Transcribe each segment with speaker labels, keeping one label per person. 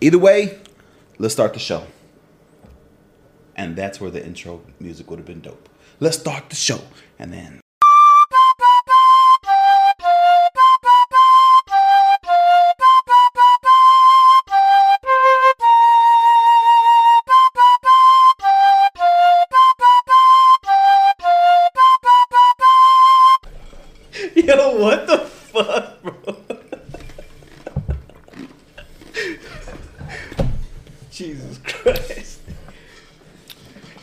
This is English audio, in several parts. Speaker 1: Either way, let's start the show. And that's where the intro music would have been dope. Let's start the show. And then.
Speaker 2: Yo, what the fuck, bro? Jesus Christ.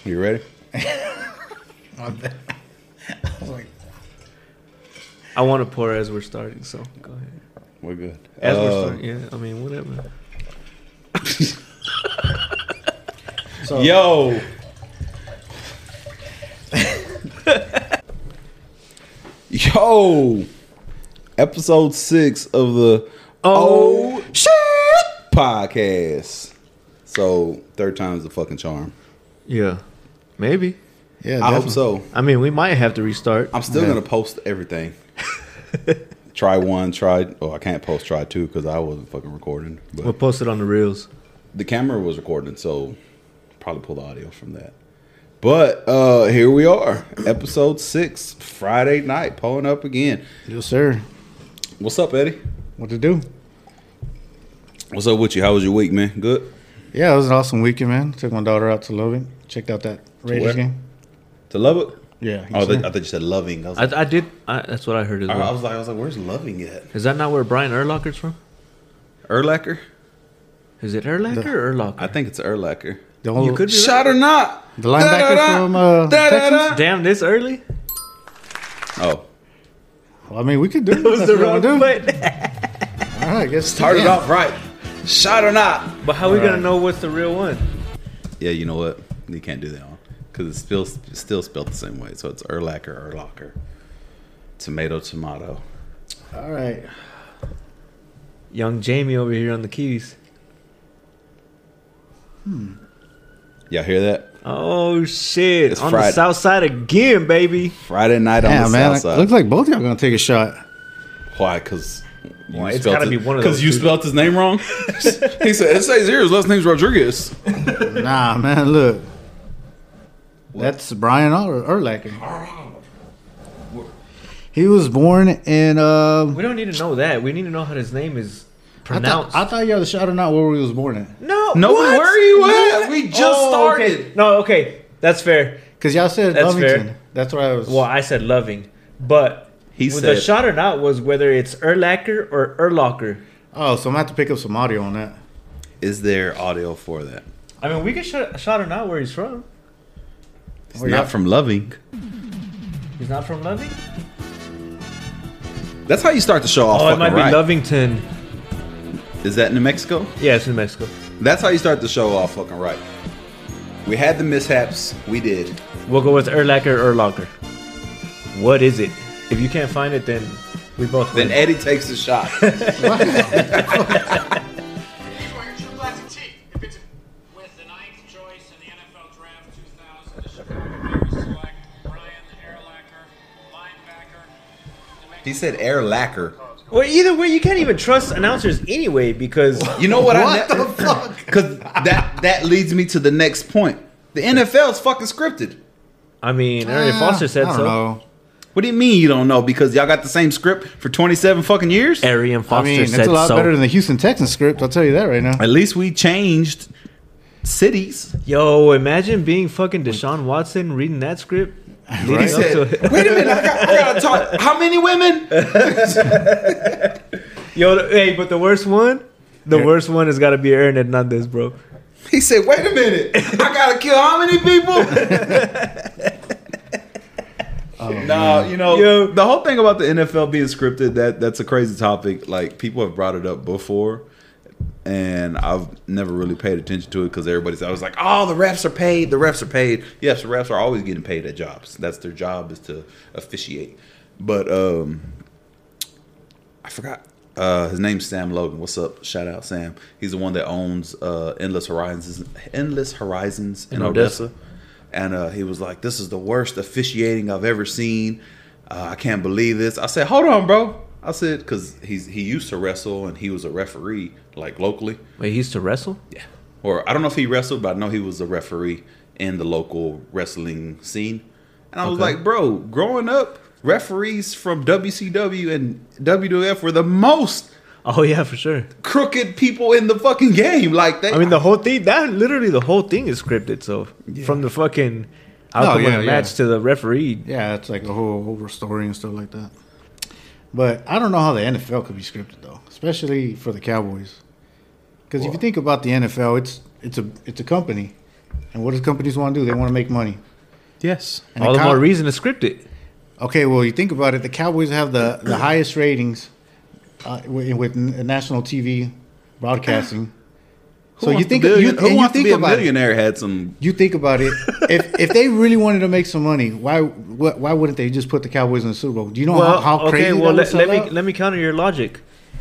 Speaker 1: You ready?
Speaker 3: My bad. I was like,
Speaker 2: I want to pour as we're starting, so go ahead.
Speaker 1: We're good.
Speaker 2: As
Speaker 1: Uh,
Speaker 2: we're starting, yeah, I mean, whatever.
Speaker 3: so
Speaker 1: Yo! Yo! Episode six of the
Speaker 2: Oh.
Speaker 1: Oh Shit Podcast. So, third time's the fucking charm.
Speaker 2: Yeah, maybe.
Speaker 3: yeah,
Speaker 1: I hope
Speaker 3: definitely.
Speaker 1: so.
Speaker 2: I mean, we might have to restart.
Speaker 1: I'm still
Speaker 3: Yeah.
Speaker 1: gonna post everything. try one, try. Oh, I can't post try two because I wasn't fucking recording. But
Speaker 2: We'll post it on the reels.
Speaker 1: the camera was recording, so probably pull the audio from that. But uh here we are, episode six, Friday night, pulling up again.
Speaker 3: Yes, sir.
Speaker 1: What's up, Eddie?
Speaker 3: What to do?
Speaker 1: What's up with you? How was your week, man? Good.
Speaker 3: Yeah, it was an awesome weekend, man. Took my daughter out to Logan. Checked out that Raiders
Speaker 1: where?
Speaker 3: game.
Speaker 1: To Lubbock?
Speaker 3: Yeah. yes,
Speaker 1: Oh, I thought,
Speaker 3: sir.
Speaker 1: I thought you said loving. I was,
Speaker 2: I,
Speaker 1: like,
Speaker 2: I did. I, that's what I heard as
Speaker 1: I,
Speaker 2: well.
Speaker 1: was like, I was like, where's loving at?
Speaker 2: Is that not where Brian Erlacher's from?
Speaker 1: Erlacher?
Speaker 2: Is it Erlacher or Erlacher?
Speaker 1: I think it's Erlacher.
Speaker 3: the only,
Speaker 2: you could be
Speaker 1: Shot or not?
Speaker 3: The linebacker from, uh, Texas?
Speaker 2: Damn, this early?
Speaker 1: Oh,
Speaker 3: Well, I mean, we could do it.
Speaker 2: It was
Speaker 3: That's
Speaker 2: the
Speaker 3: what I
Speaker 2: wrong
Speaker 3: do.
Speaker 2: foot.
Speaker 3: All right, I guess
Speaker 1: started
Speaker 3: yeah.
Speaker 1: off right. Shot or not?
Speaker 2: But how we going to know what's the real one?
Speaker 1: Yeah, you know what? You can't do that one because it's still it's still spelled the same way. So it's Erlacher, Erlacher, tomato, tomato.
Speaker 3: All right.
Speaker 2: Young Jamie over here on the keys.
Speaker 1: Y'all hear that?
Speaker 2: Oh shit!
Speaker 1: It's
Speaker 2: on the
Speaker 1: Friday.
Speaker 2: south side again, baby.
Speaker 1: Friday night on
Speaker 3: Yeah,
Speaker 1: the
Speaker 3: man.
Speaker 1: south side.
Speaker 3: Looks like both of y'all gonna take a shot.
Speaker 1: Why? Because
Speaker 2: Why, it's gotta be one of
Speaker 1: Because
Speaker 2: those
Speaker 1: you
Speaker 2: two.
Speaker 1: spelled his name wrong. he said it says here his last name's Rodriguez.
Speaker 3: nah, man. Look, that's Brian Er- Erlacher. He was born in. Um,
Speaker 2: We don't need to know that. We need to know how his name is
Speaker 3: I
Speaker 2: pronounced.
Speaker 3: thought, I thought y'all the shot or not where we was born at.
Speaker 2: no,
Speaker 1: No,
Speaker 2: what?
Speaker 1: where are you at? We just
Speaker 2: Oh, okay.
Speaker 1: started.
Speaker 2: No, okay, that's fair.
Speaker 3: Cause y'all said
Speaker 2: That's
Speaker 3: Lovington.
Speaker 2: fair.
Speaker 3: That's what I was.
Speaker 2: Well, I said loving, but
Speaker 1: He
Speaker 2: with the
Speaker 1: said-
Speaker 2: shot or not was whether it's Erlacher or Erlocker.
Speaker 3: Oh, so I'm gonna have to pick up some audio on that.
Speaker 1: Is there audio for that?
Speaker 2: I mean, we can shot, shot or not where he's from.
Speaker 1: It's
Speaker 3: Oh, yeah.
Speaker 1: not from Loving.
Speaker 2: He's not from Loving.
Speaker 1: That's how you start the show off.
Speaker 2: Oh, it might
Speaker 1: fucking right.
Speaker 2: be Lovington.
Speaker 1: Is that New Mexico?
Speaker 2: Yeah, it's in Mexico.
Speaker 1: That's how you start the show off fucking right. We had the mishaps. We did.
Speaker 2: We'll go with Erlacher or Erlocker. What is it? If you can't find it, then we both
Speaker 1: Then
Speaker 2: win.
Speaker 1: Eddie takes the shot.
Speaker 4: He's wearing true black and teeth. If it's with the ninth choice in the NFL Draft 2000, the Chicago Bears select Brian Erlacher, linebacker.
Speaker 1: He said air lacquer.
Speaker 2: Well, either way, you can't even trust announcers anyway because
Speaker 1: You know what,
Speaker 3: What
Speaker 1: I ne-
Speaker 3: the fuck?
Speaker 1: Because that that leads me to the next point. The NFL is fucking scripted.
Speaker 2: I mean, Arian Foster said
Speaker 3: I don't
Speaker 2: so.
Speaker 3: know.
Speaker 1: What do you mean you don't know? Because y'all got the same script for twenty seven fucking years.
Speaker 2: Arian
Speaker 3: I
Speaker 2: Foster
Speaker 3: mean, it's
Speaker 2: said
Speaker 3: a lot
Speaker 2: so.
Speaker 3: better than the Houston Texans script. I'll tell you that right now.
Speaker 1: At least we changed cities.
Speaker 2: Yo, imagine being fucking Deshaun Watson reading that script. leading
Speaker 3: Right?
Speaker 2: up to it.
Speaker 1: Wait a minute, I got, I got to talk. How many women?
Speaker 2: Yo, th- hey, but the worst one, the worst one has got to be Aaron Hernandez, bro.
Speaker 1: He said, "Wait a minute, I gotta kill how many people?" No, you know
Speaker 2: Yo.
Speaker 1: the whole thing about the NFL being scripted that that's a crazy topic. Like people have brought it up before, and I've never really paid attention to it because everybody's always like, "Oh, the refs are paid. The refs are paid." Yes, the refs are always getting paid at jobs. That's their job is to officiate. But um I forgot. Uh, his name's Sam Logan. What's up? Shout out Sam. He's the one that owns uh, Endless Horizons, Endless Horizons in,
Speaker 2: In
Speaker 1: Odessa.
Speaker 2: Odessa.
Speaker 1: And uh, he was like, "This is the worst officiating I've ever seen. Uh, I can't believe this." I said, "Hold on, bro. I said because he's he used to wrestle and he was a referee like locally.
Speaker 2: Wait, he used to wrestle?
Speaker 1: Yeah. Or I don't know if he wrestled, but I know he was a referee in the local wrestling scene. And I was
Speaker 2: Okay.
Speaker 1: like, bro, growing up, referees from WCW and WWF were the most
Speaker 2: Oh yeah, for sure.
Speaker 1: crooked people in the fucking game. Like they,
Speaker 2: I mean, the whole thing that literally the whole thing is scripted. So from the fucking outcome
Speaker 3: Oh, yeah,
Speaker 2: of the
Speaker 3: yeah.
Speaker 2: match to the referee,
Speaker 3: Yeah, it's like a whole over story and stuff like that. But I don't know how the NFL could be scripted though, especially for the Cowboys. Because if you think about the NFL, it's it's a it's a company, and what does companies want to do? They want to make money.
Speaker 5: Yes.
Speaker 3: And
Speaker 2: all the
Speaker 3: Cow-
Speaker 2: more reason to script it.
Speaker 3: Okay, well, you think about it. The Cowboys have the, the highest ratings uh, with, with n- national TV broadcasting.
Speaker 1: who
Speaker 3: so you
Speaker 1: wants to
Speaker 3: think
Speaker 1: be a-
Speaker 3: you,
Speaker 1: who
Speaker 3: and you
Speaker 1: wants
Speaker 3: think
Speaker 1: to be a
Speaker 3: about it.
Speaker 1: millionaire had some
Speaker 3: You think about it. if if they really wanted to make some money, why wh- why wouldn't they just put the Cowboys in the Super Bowl? Do you know
Speaker 2: Well,
Speaker 3: how, how crazy
Speaker 2: okay.
Speaker 3: that
Speaker 2: Well,
Speaker 3: would
Speaker 2: let,
Speaker 3: sell
Speaker 2: let me
Speaker 3: out?
Speaker 2: let me counter your logic.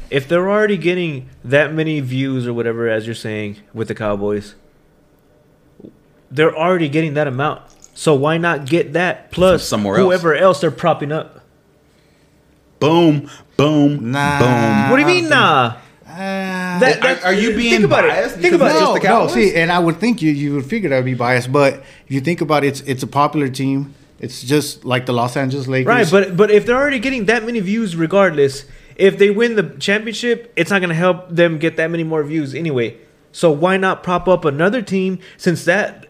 Speaker 2: If they're already getting that many views or whatever, as you're saying with the Cowboys, they're already getting that amount. So why not get that plus
Speaker 1: somewhere else.
Speaker 2: whoever else. they're propping up?
Speaker 1: boom, boom,
Speaker 3: Nah.
Speaker 1: boom.
Speaker 2: What do you
Speaker 3: I
Speaker 2: mean,
Speaker 3: don't
Speaker 2: nah?
Speaker 3: Ah.
Speaker 1: Are-
Speaker 2: That- that's-
Speaker 1: are you being
Speaker 2: think about
Speaker 1: biased
Speaker 2: It. Think
Speaker 1: because
Speaker 2: about
Speaker 1: it's
Speaker 2: it.
Speaker 1: just
Speaker 3: no,
Speaker 1: the
Speaker 3: no.
Speaker 1: Cowboys?
Speaker 3: See, and I would think you you would figure that would be biased, but if you think about it, it's it's a popular team. It's just like the Los Angeles Lakers,
Speaker 2: Right, but but if they're already getting that many views, regardless, if they win the championship, it's not gonna help them get that many more views anyway. So why not prop up another team since that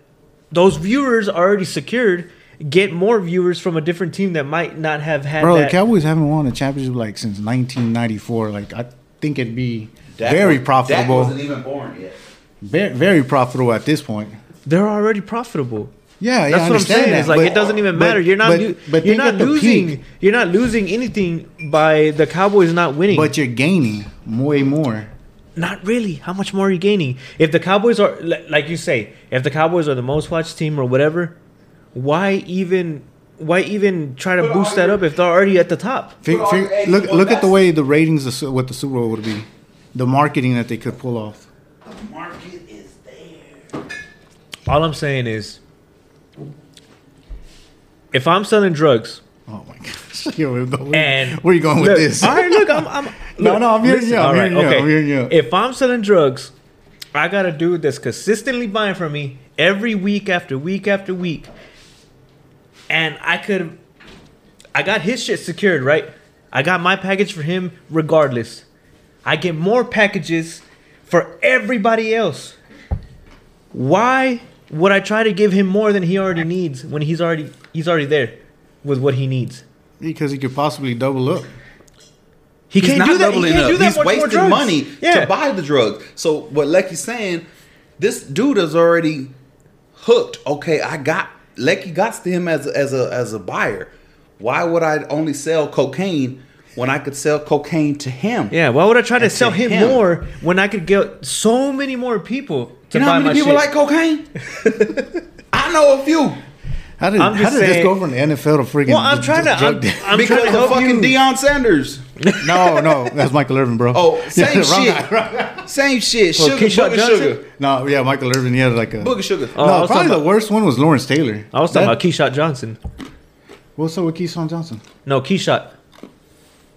Speaker 2: those viewers are already secured? Get more viewers from a different team that might not have had
Speaker 3: Bro, the
Speaker 2: that.
Speaker 3: Cowboys haven't won a championship like since 1994. Like I think it'd be very profitable,
Speaker 1: even born yet.
Speaker 3: very, very profitable at this point.
Speaker 2: they're already profitable.
Speaker 3: Yeah, yeah,
Speaker 2: That's
Speaker 3: I
Speaker 2: what I'm
Speaker 3: understand
Speaker 2: saying.
Speaker 3: that,
Speaker 2: it's like
Speaker 3: but-
Speaker 2: it doesn't even
Speaker 3: but-
Speaker 2: matter. you're not
Speaker 3: but-
Speaker 2: lo-
Speaker 3: but
Speaker 2: you're
Speaker 3: think
Speaker 2: not
Speaker 3: at the
Speaker 2: losing.
Speaker 3: peak.
Speaker 2: You're not losing anything by the Cowboys not winning.
Speaker 3: But you're gaining way more.
Speaker 2: Not really. How much more are you gaining? If the Cowboys are, li- like you say, if the Cowboys are the most watched team or whatever, why even, why even try to
Speaker 1: But
Speaker 2: boost
Speaker 1: are
Speaker 2: that
Speaker 1: you-
Speaker 2: up if they're already at the top?
Speaker 3: Fig-
Speaker 1: Well,
Speaker 3: fig-
Speaker 1: hey,
Speaker 3: look,
Speaker 1: well,
Speaker 3: look at the
Speaker 1: that's-
Speaker 3: way the ratings of Su- what the Super Bowl would be, the marketing that they could pull off.
Speaker 1: Market is there.
Speaker 2: All I'm saying is, if I'm selling drugs
Speaker 3: Oh my gosh, Here we go. Where-
Speaker 2: and
Speaker 3: where are you going with
Speaker 2: Look,
Speaker 3: this?
Speaker 2: All right, look, I'm, I'm
Speaker 3: No,
Speaker 2: look,
Speaker 3: no, I'm hearing you, I'm
Speaker 2: all
Speaker 3: hearing you, I'm hearing you.
Speaker 2: If I'm selling drugs, I got a dude that's consistently buying from me every week after week after week, and I could, I got his shit secured, right? I got my package for him regardless. I get more packages for everybody else. Why would I try to give him more than he already needs when he's already he's already there with what he needs?
Speaker 3: Because he could possibly double up.
Speaker 2: He
Speaker 1: He's
Speaker 2: can't
Speaker 1: not
Speaker 2: do that. He
Speaker 1: doubling
Speaker 2: can't
Speaker 1: up.
Speaker 2: do that
Speaker 1: He's
Speaker 2: much more
Speaker 1: wasting
Speaker 2: drugs.
Speaker 1: money
Speaker 2: Yeah.
Speaker 1: to buy the drugs. So what Lecky's saying, this dude is already hooked. Okay, I got Lecky got to him as a, as a as a buyer. Why would I only sell cocaine when I could sell cocaine to him?
Speaker 2: Yeah, why would I try to
Speaker 1: And to
Speaker 2: sell him,
Speaker 1: him.
Speaker 2: more when I could get so many more people to
Speaker 1: You know
Speaker 2: buy
Speaker 1: how
Speaker 2: my
Speaker 1: many people
Speaker 2: shit?
Speaker 1: like cocaine? I know a few.
Speaker 3: How did,
Speaker 2: I'm
Speaker 3: how
Speaker 2: just
Speaker 3: did this
Speaker 2: saying-
Speaker 3: go from the NFL to freaking?
Speaker 2: well, I'm trying to. I'm,
Speaker 3: drug deal?
Speaker 2: I'm
Speaker 1: because
Speaker 2: trying to
Speaker 1: of
Speaker 2: help
Speaker 1: fucking
Speaker 2: you.
Speaker 1: Deion Sanders.
Speaker 3: no, no, that's Michael Irvin, bro.
Speaker 1: Oh, same
Speaker 3: Yeah, wrong guy,
Speaker 1: shit.
Speaker 3: wrong guy.
Speaker 1: Same shit.
Speaker 2: Well,
Speaker 1: Sugar,
Speaker 2: Keyshawn
Speaker 1: Booger
Speaker 2: Johnson?
Speaker 1: Sugar.
Speaker 3: No, yeah, Michael Irvin. He had like a
Speaker 1: Booger Sugar.
Speaker 2: Oh, I
Speaker 3: no,
Speaker 2: was
Speaker 3: probably
Speaker 2: talking
Speaker 3: the
Speaker 2: about-
Speaker 3: worst one was Lawrence Taylor.
Speaker 2: I was talking
Speaker 3: That-
Speaker 2: about Keyshaot Johnson.
Speaker 3: What's up with Keyshawn Johnson?
Speaker 2: No, Keyshaot,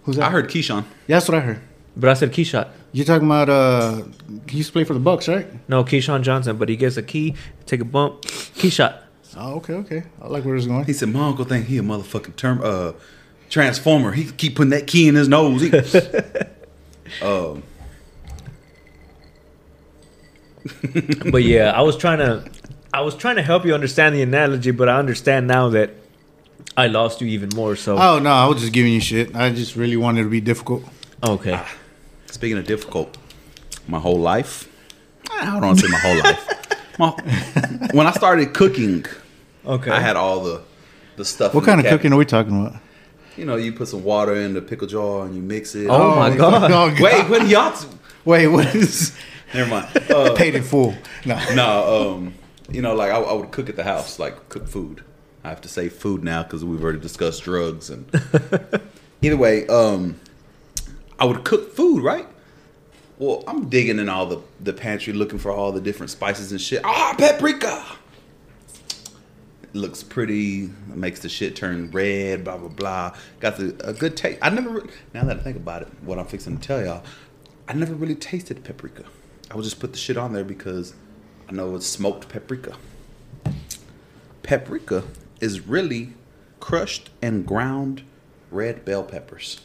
Speaker 3: Who's that?
Speaker 1: I heard Keyshawn.
Speaker 3: Yeah, that's what I heard.
Speaker 2: but I said Keyshaot.
Speaker 3: You're talking about uh, he used to play for the Bucks, right?
Speaker 2: No, Keyshawn Johnson, but he gives a key, take a bump, Keyshaot.
Speaker 3: Oh, okay, okay. I like where it's going.
Speaker 1: He said, "My uncle think he a motherfucking term uh transformer. He keep putting that key in his nose." He- um,
Speaker 2: but yeah, I was trying to, I was trying to help you understand the analogy, but I understand now that I lost you even more. So
Speaker 1: Uh,
Speaker 3: Oh no, I was just giving you shit. I just really wanted to be difficult.
Speaker 2: okay,
Speaker 1: speaking of difficult, my whole life. I don't want to say my whole life. My- when I started cooking,
Speaker 2: okay.
Speaker 1: I had all the the stuff.
Speaker 3: What
Speaker 1: in the
Speaker 3: kind of
Speaker 1: cabinet.
Speaker 3: cooking are we talking about?
Speaker 1: You know, you put some water in the pickle jar and you mix it.
Speaker 2: Oh, my God.
Speaker 1: Wait, what do y'all? do?
Speaker 3: wait, what is
Speaker 1: Never mind. Uh,
Speaker 3: paid in full? No,
Speaker 1: no, um, you know, like I, I would cook at the house, like cook food. I have to say food now because we've already discussed drugs and. Either way, um, I would cook food, right? Well, I'm digging in all the the pantry looking for all the different spices and shit. Ah, paprika. looks pretty, makes the shit turn red, blah blah blah. Got the a good taste. I never re- now that I think about it, what I'm fixing to tell y'all, I never really tasted paprika. I would just put the shit on there because I know it's smoked paprika. Paprika is really crushed and ground red bell peppers.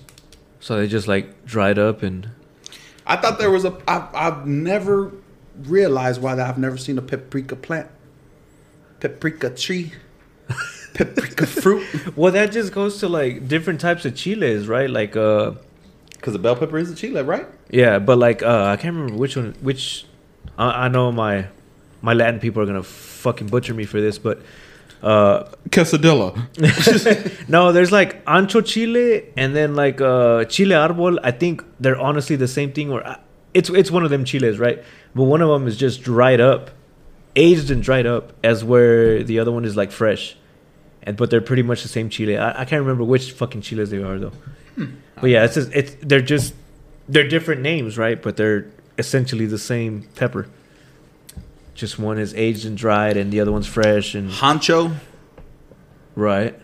Speaker 5: So they just like dried up and
Speaker 1: I thought there was a. I, I've never realized why that I've never seen a paprika plant, paprika tree, paprika fruit.
Speaker 2: Well, that just goes to like different types of chiles, right? Like, uh,
Speaker 1: Because the bell pepper is a chile, right?
Speaker 2: yeah, but like, uh, I can't remember which one. Which I, I know my my Latin people are gonna fucking butcher me for this, but uh,
Speaker 3: Quesadilla.
Speaker 2: no, there's like ancho chile and then like uh, chile arbol. I think they're honestly the same thing. Or I- it's it's one of them chiles, right? But one of them is just dried up, aged and dried up, as where the other one is like fresh, and but they're pretty much the same chile. I, I can't remember which fucking chiles they are though. But yeah, it's just, it's they're just they're different names, right? But they're essentially the same pepper. Just one is aged and dried, and the other one's fresh and
Speaker 1: Hancho.
Speaker 5: right.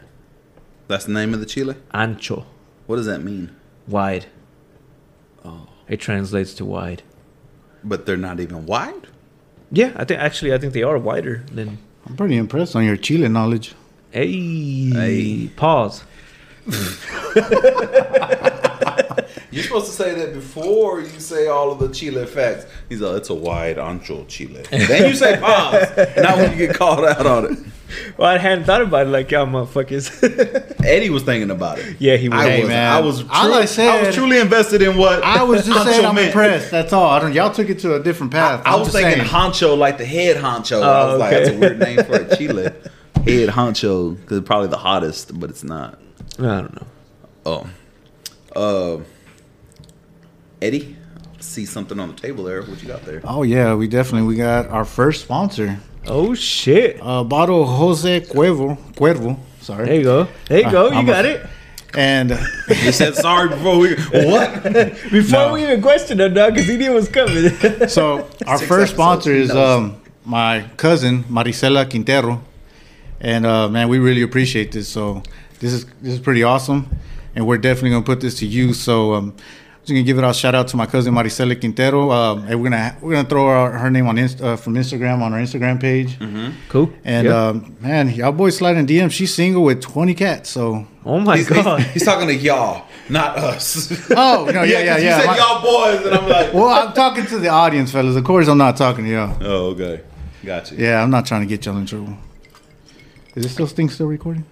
Speaker 1: That's the name of the chile.
Speaker 5: Ancho,
Speaker 1: What does that mean?
Speaker 5: wide. Oh, it translates to wide.
Speaker 1: But they're not even wide.
Speaker 2: yeah, I think actually I think they are wider than
Speaker 3: I'm pretty impressed on your Chile knowledge.
Speaker 5: Hey.
Speaker 1: Hey.
Speaker 5: Pause.
Speaker 1: You're supposed to say that before you say all of the chile facts. He's like, it's a wide ancho chile. then you say pause. Not when you get called out on it.
Speaker 2: Well, I hadn't thought about it like y'all motherfuckers.
Speaker 1: Eddie was thinking about it.
Speaker 2: yeah, he was.
Speaker 1: I
Speaker 3: Hey,
Speaker 1: was.
Speaker 3: man.
Speaker 1: I was. True,
Speaker 3: All I
Speaker 1: I,
Speaker 3: said-
Speaker 1: was truly invested in what
Speaker 3: I was just
Speaker 1: Hancho
Speaker 3: saying I'm
Speaker 1: meant.
Speaker 3: impressed. That's all. I don't. Y'all took it to a different path.
Speaker 1: I
Speaker 3: I'm
Speaker 1: was
Speaker 3: just
Speaker 1: thinking
Speaker 3: saying.
Speaker 1: honcho, like the head honcho. I
Speaker 2: Oh,
Speaker 1: was
Speaker 2: okay.
Speaker 1: like, that's a weird name for a chile. head honcho, because probably the hottest, but it's not.
Speaker 5: I don't know.
Speaker 1: Oh, uh, Eddie, see something on the table there. What you got there?
Speaker 3: Oh yeah, we definitely we got our first sponsor,
Speaker 2: Oh shit!
Speaker 3: a bottle of Jose Cuervo. Cuervo, sorry.
Speaker 2: There you go. There you go. You
Speaker 3: I'm a-
Speaker 2: got it.
Speaker 3: And
Speaker 1: You said sorry before we. What?
Speaker 2: Before
Speaker 3: No.
Speaker 2: we even questioned him, dog, because he knew it was coming.
Speaker 3: so our
Speaker 1: Six
Speaker 3: first
Speaker 1: episodes,
Speaker 3: sponsor
Speaker 1: who
Speaker 3: is
Speaker 1: knows?
Speaker 3: um, my cousin Marisela Quintero, and uh, man, we really appreciate this. So this is this is pretty awesome, and we're definitely gonna put this to use. So um, just gonna give it out shout out to my cousin Marisela Quintero, um, and we're gonna we're gonna throw our, her name on Inst- uh, from Instagram on our Instagram page.
Speaker 1: Mm-hmm.
Speaker 5: Cool.
Speaker 3: And
Speaker 2: uh,
Speaker 5: Yeah.
Speaker 3: um, man, y'all boys sliding DM. She's single with twenty cats. So
Speaker 2: oh my
Speaker 1: He's,
Speaker 2: god!
Speaker 1: he's, he's talking to y'all, not us.
Speaker 3: Oh, no, yeah, yeah,
Speaker 1: 'cause
Speaker 3: yeah.
Speaker 1: You said
Speaker 3: My-
Speaker 1: y'all boys, and I'm like,
Speaker 3: well, I'm talking to the audience, fellas. Of course, I'm not talking to y'all.
Speaker 1: oh, okay, gotcha.
Speaker 3: Yeah, I'm not trying to get y'all in trouble. Is this still thing still recording?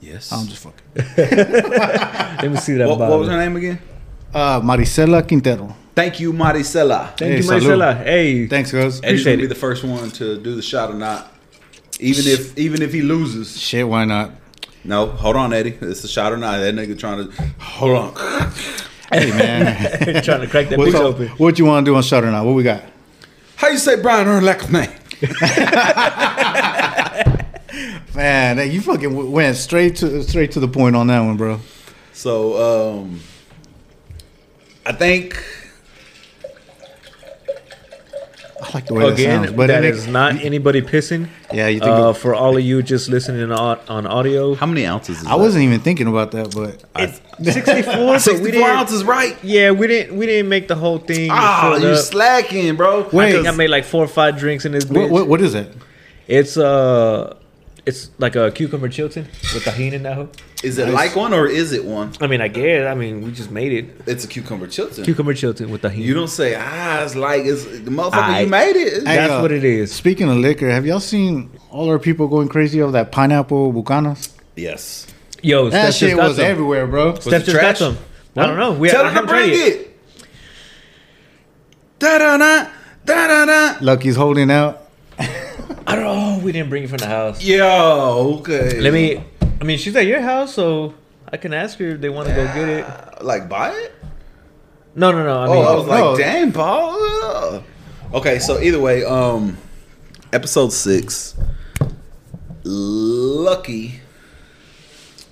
Speaker 1: Yes.
Speaker 3: I'm just fucking.
Speaker 2: Let me see that.
Speaker 1: what, what
Speaker 2: bottle.
Speaker 1: was her name again?
Speaker 3: Uh, Maricela Quintero.
Speaker 1: Thank you, Maricela.
Speaker 2: Thank
Speaker 3: Hey,
Speaker 2: you,
Speaker 3: salud.
Speaker 2: Marcela. Hey,
Speaker 3: Thanks, guys.
Speaker 1: Eddie's
Speaker 2: Appreciate
Speaker 1: gonna be
Speaker 2: it.
Speaker 1: the first one to do the shot or not. Even if even if he loses.
Speaker 3: Shit, why not?
Speaker 1: No, hold on, Eddie. It's a shot or not. That nigga trying to hold on.
Speaker 3: Hey, man.
Speaker 2: trying to crack that
Speaker 3: What's
Speaker 2: bitch
Speaker 3: up?
Speaker 2: open.
Speaker 3: What you want to do on Shut or Not? What we got?
Speaker 1: How you say Brian Urlacher's name?
Speaker 3: Man, hey, you fucking w- went straight to straight to the point on that one, bro.
Speaker 1: So um I think
Speaker 3: I like the way that sounds.
Speaker 2: Again,
Speaker 3: But
Speaker 2: that
Speaker 3: it-
Speaker 2: is not anybody pissing.
Speaker 3: Yeah, you think
Speaker 2: Uh,
Speaker 3: it-
Speaker 2: for all of you just listening on, on audio,
Speaker 1: how many ounces is
Speaker 3: I wasn't even thinking about that, but
Speaker 2: it's 64. so we
Speaker 1: sixty four
Speaker 2: didn't.
Speaker 1: ounces right.
Speaker 2: Yeah, we didn't. We didn't make the whole thing.
Speaker 1: Ah,
Speaker 2: filled
Speaker 1: you
Speaker 2: up.
Speaker 1: slacking, bro.
Speaker 2: I think I
Speaker 1: Because
Speaker 2: made like four or five drinks in this bitch.
Speaker 3: what, what, what is it?
Speaker 2: It's uh, it's like a cucumber chilton with tahini in that hoe.
Speaker 1: is it like one or is it one?
Speaker 2: I mean, I guess. I mean, we just made it
Speaker 1: It's a cucumber chilton.
Speaker 2: cucumber chilton with tahini.
Speaker 1: you don't say ah, it's like it's the motherfucker
Speaker 2: I-
Speaker 1: you made it.
Speaker 3: Hey,
Speaker 2: That's
Speaker 3: uh,
Speaker 2: what it is.
Speaker 3: Speaking of liquor, have y'all seen all our people going crazy over that pineapple bucanas?
Speaker 1: yes.
Speaker 2: Yo, Steph
Speaker 3: That shit
Speaker 2: just got
Speaker 3: was
Speaker 2: some.
Speaker 3: everywhere, bro.
Speaker 2: Steph
Speaker 1: it
Speaker 2: just got
Speaker 1: trash?
Speaker 2: some. I don't know. We
Speaker 1: Tell
Speaker 2: I
Speaker 1: him to
Speaker 2: haven't tried
Speaker 1: bring
Speaker 2: it.
Speaker 1: it. Da da da da da da.
Speaker 3: Lucky's holding out.
Speaker 2: I don't know. We didn't bring it from the house.
Speaker 1: Yo, okay.
Speaker 2: Let me. I mean, she's at your house, so I can ask her if they want to go get it.
Speaker 1: like buy it.
Speaker 2: No, no, no. I mean,
Speaker 1: Oh, I was like,
Speaker 3: no.
Speaker 1: damn, Paul. Ugh. Okay, so either way, um, episode six, Lucky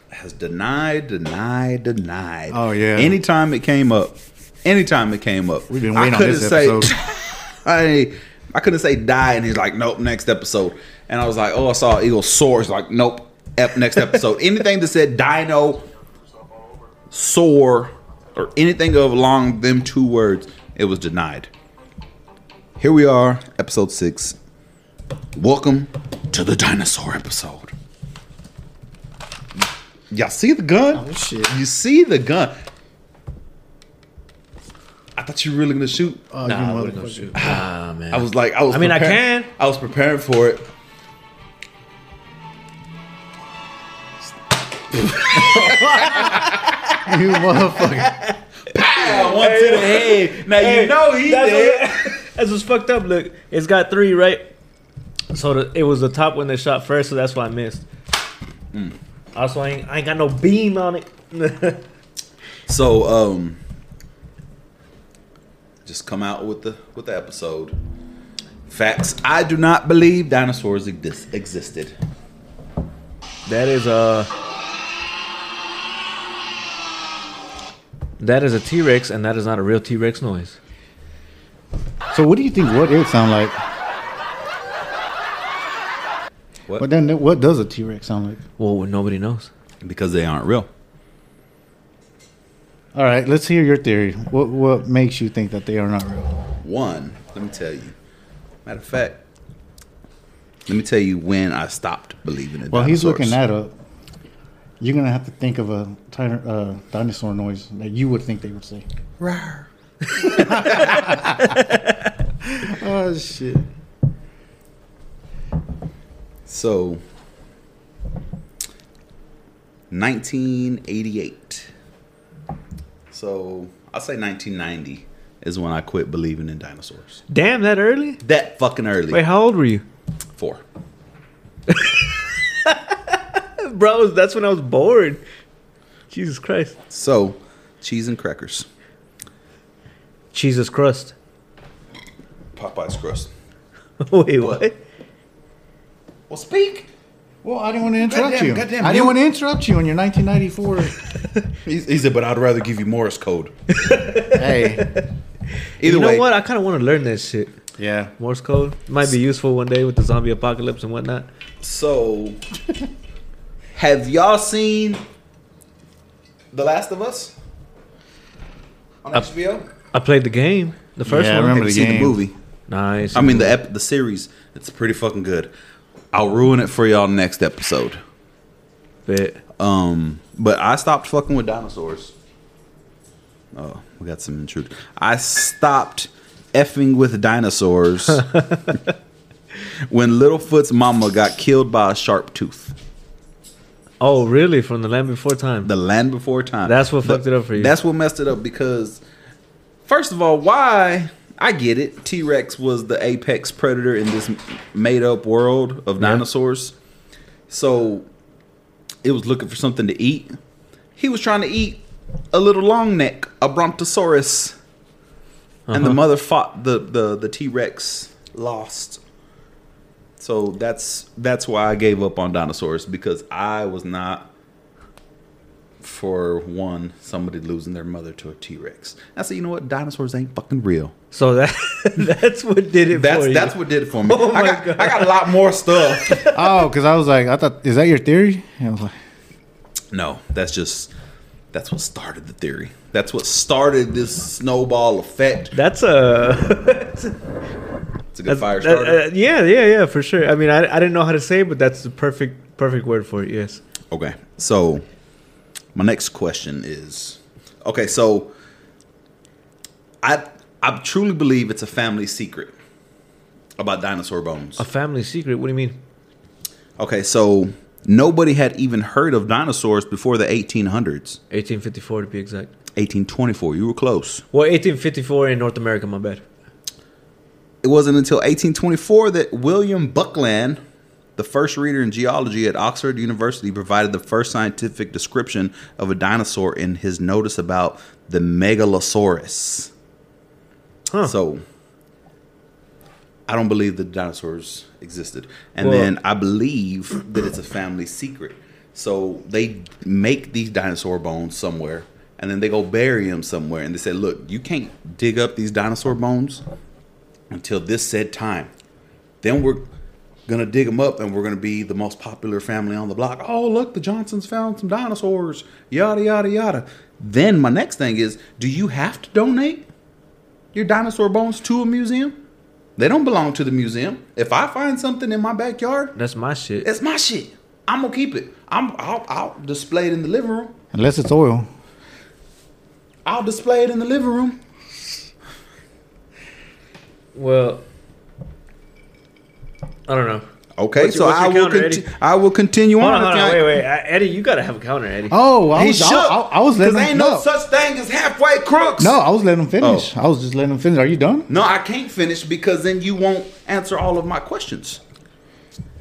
Speaker 1: has denied, denied, denied.
Speaker 3: Oh, yeah.
Speaker 1: Anytime it came up, anytime it came up,
Speaker 3: We've been waiting on
Speaker 1: couldn't
Speaker 3: this
Speaker 1: say-
Speaker 3: episode.
Speaker 1: I I couldn't say die, and he's like, nope, next episode. And I was like, oh, I saw eagle soar. He's like, nope, ep- next episode. anything that said dino, soar, or anything of along them two words, it was denied. Here we are, episode six. Welcome to the dinosaur episode. Y'all see the gun?
Speaker 3: Oh, shit.
Speaker 1: You see the gun? I thought you were really gonna shoot.
Speaker 3: Oh,
Speaker 5: Nah, I
Speaker 3: you
Speaker 5: wouldn't go
Speaker 3: motherfucker.
Speaker 5: shoot. Ah, man.
Speaker 1: I was like, I was.
Speaker 2: I mean, I
Speaker 1: preparing-
Speaker 2: can.
Speaker 1: I was preparing for it.
Speaker 3: you motherfucker.
Speaker 1: Pow! One to the head. Now you know he
Speaker 2: that's
Speaker 1: did.
Speaker 2: What, that's what's fucked up. Look, it's got three, right? So the, it was the top one that shot first, so that's why I missed.
Speaker 1: Hmm.
Speaker 2: Also, I ain't, I ain't got no beam on it.
Speaker 1: So, um, just come out with the with the episode. Facts. I do not believe dinosaurs exist, existed.
Speaker 5: That is
Speaker 2: uh,
Speaker 5: a. That is a T Rex, and that is not a real T Rex noise.
Speaker 3: So what do you think what it sound like?
Speaker 1: What?
Speaker 3: But then what does a T Rex sound like?
Speaker 5: Well, nobody knows.
Speaker 1: Because they aren't real.
Speaker 3: All right, let's hear your theory. What what makes you think that they are not real?
Speaker 1: One, let me tell you. Matter of fact, let me tell you when I stopped believing in.
Speaker 3: Well, he's looking
Speaker 1: dinosaurs.
Speaker 3: that up. You're gonna have to think of a tiner, uh, dinosaur noise that you would think they would say.
Speaker 1: Rawr.
Speaker 3: Oh shit!
Speaker 1: So, 1988. So, I'll say 1990 is when I quit believing in dinosaurs.
Speaker 2: Damn, that early?
Speaker 1: That fucking early.
Speaker 2: Wait, how old were you?
Speaker 1: Four.
Speaker 2: Bro, that's when I was bored. Jesus Christ.
Speaker 1: So, cheese and crackers.
Speaker 2: Jesus crust.
Speaker 1: Popeye's crust.
Speaker 2: Wait, what?
Speaker 1: Well, speak.
Speaker 3: Well, I didn't want to interrupt
Speaker 1: Goddamn-
Speaker 3: you.
Speaker 1: goddamn
Speaker 3: I
Speaker 1: mute.
Speaker 3: didn't want to interrupt you on your 1994.
Speaker 1: He, he said, but I'd rather give you Morse code.
Speaker 3: hey,
Speaker 1: Either
Speaker 2: you know
Speaker 1: way.
Speaker 2: what? I kind of want to learn that shit.
Speaker 3: yeah.
Speaker 2: Morse code might be useful one day with the zombie apocalypse and whatnot.
Speaker 1: So, have y'all seen The Last of Us on
Speaker 2: Uh,
Speaker 1: HBO?
Speaker 2: I played the game, the first
Speaker 3: Yeah, I
Speaker 2: one.
Speaker 3: remember
Speaker 1: Have you
Speaker 3: the
Speaker 1: seen
Speaker 3: game.
Speaker 1: the movie?
Speaker 5: Nice.
Speaker 1: I mean the ep- the series. It's pretty fucking good. I'll ruin it for y'all next episode.
Speaker 5: bit.
Speaker 1: Um, but I stopped fucking with dinosaurs. Oh, we got some intrude. I stopped effing with dinosaurs when Littlefoot's mama got killed by a sharp tooth.
Speaker 2: Oh, really? From the land before time.
Speaker 1: The Land Before Time.
Speaker 2: That's what
Speaker 1: The-
Speaker 2: fucked it up for you.
Speaker 1: That's what messed it up because, first of all, why? I get it. T Rex was the apex predator in this made up world of dinosaurs. So it was looking for something to eat. He was trying to eat a little long neck, a Brontossaurus. And
Speaker 2: Uh-huh.
Speaker 1: the mother fought the the the T Rex, lost. So that's that's why I gave up on dinosaurs because I was not for one somebody losing their mother to a T Rex. I said, you know what, dinosaurs ain't fucking real.
Speaker 2: so that that's what did it
Speaker 1: That's
Speaker 2: for
Speaker 1: that's
Speaker 2: you.
Speaker 1: what did it for me.
Speaker 2: Oh
Speaker 1: I
Speaker 2: my
Speaker 1: got
Speaker 2: God.
Speaker 1: I got a lot more stuff.
Speaker 3: Oh, because I was like, I thought, is that your theory? And I was like,
Speaker 1: no, that's just that's what started the theory. That's what started this snowball effect.
Speaker 2: That's a
Speaker 1: It's a good fire
Speaker 2: that-
Speaker 1: starter.
Speaker 2: uh, yeah, yeah, yeah, for sure. I mean, I, I didn't know how to say, it, but that's the perfect perfect word for it. Yes.
Speaker 1: Okay. So my next question is okay, so I I truly believe it's a family secret about dinosaur bones.
Speaker 2: A family secret. What do you mean?
Speaker 1: Okay, so nobody had even heard of dinosaurs before the 1800s.
Speaker 5: 1854 to be exact.
Speaker 1: 1824, you were close.
Speaker 2: Well, 1854 in North America. My bad.
Speaker 1: It wasn't until 1824 that William Buckland, the first reader in geology at Oxford University, provided the first scientific description of a dinosaur in his notice about the Megalosaurus.
Speaker 2: Huh.
Speaker 1: So I don't believe the dinosaurs existed. And
Speaker 2: Well-
Speaker 1: then I believe that it's a family secret. So they make these dinosaur bones somewhere and then they go bury them somewhere and they say, "Look, you can't dig up these dinosaur bones until this said time. Then we're gonna dig them up, and we're gonna be the most popular family on the block. Oh, look, the Johnsons found some dinosaurs. Yada yada yada. Then my next thing is, do you have to donate your dinosaur bones to a museum? They don't belong to the museum. If I find something in my backyard,
Speaker 5: That's my shit.
Speaker 1: it's my shit. I'm gonna keep it. I'm I'll, I'll display it in the living room.
Speaker 3: Unless it's oil.
Speaker 1: I'll display it in the living room.
Speaker 2: Well, I don't know.
Speaker 1: Okay,
Speaker 2: What's your-
Speaker 1: so
Speaker 2: what's
Speaker 1: I
Speaker 2: your
Speaker 1: will
Speaker 2: counter,
Speaker 1: conti-
Speaker 2: Eddie?
Speaker 1: I will continue
Speaker 2: Hold
Speaker 1: on.
Speaker 2: on, hold on,
Speaker 1: Okay.
Speaker 2: wait, wait, Uh, Eddie, you gotta have a counter, Eddie.
Speaker 3: Oh, I
Speaker 1: He
Speaker 3: was, I,
Speaker 1: shook.
Speaker 3: I, I was letting
Speaker 1: Cause
Speaker 3: him
Speaker 1: ain't
Speaker 3: no,
Speaker 1: no such Oh. thing as halfway crooks.
Speaker 3: no, I was letting him finish. I was just letting him finish. Are you done?
Speaker 1: no, I can't finish because then you won't answer all of my questions.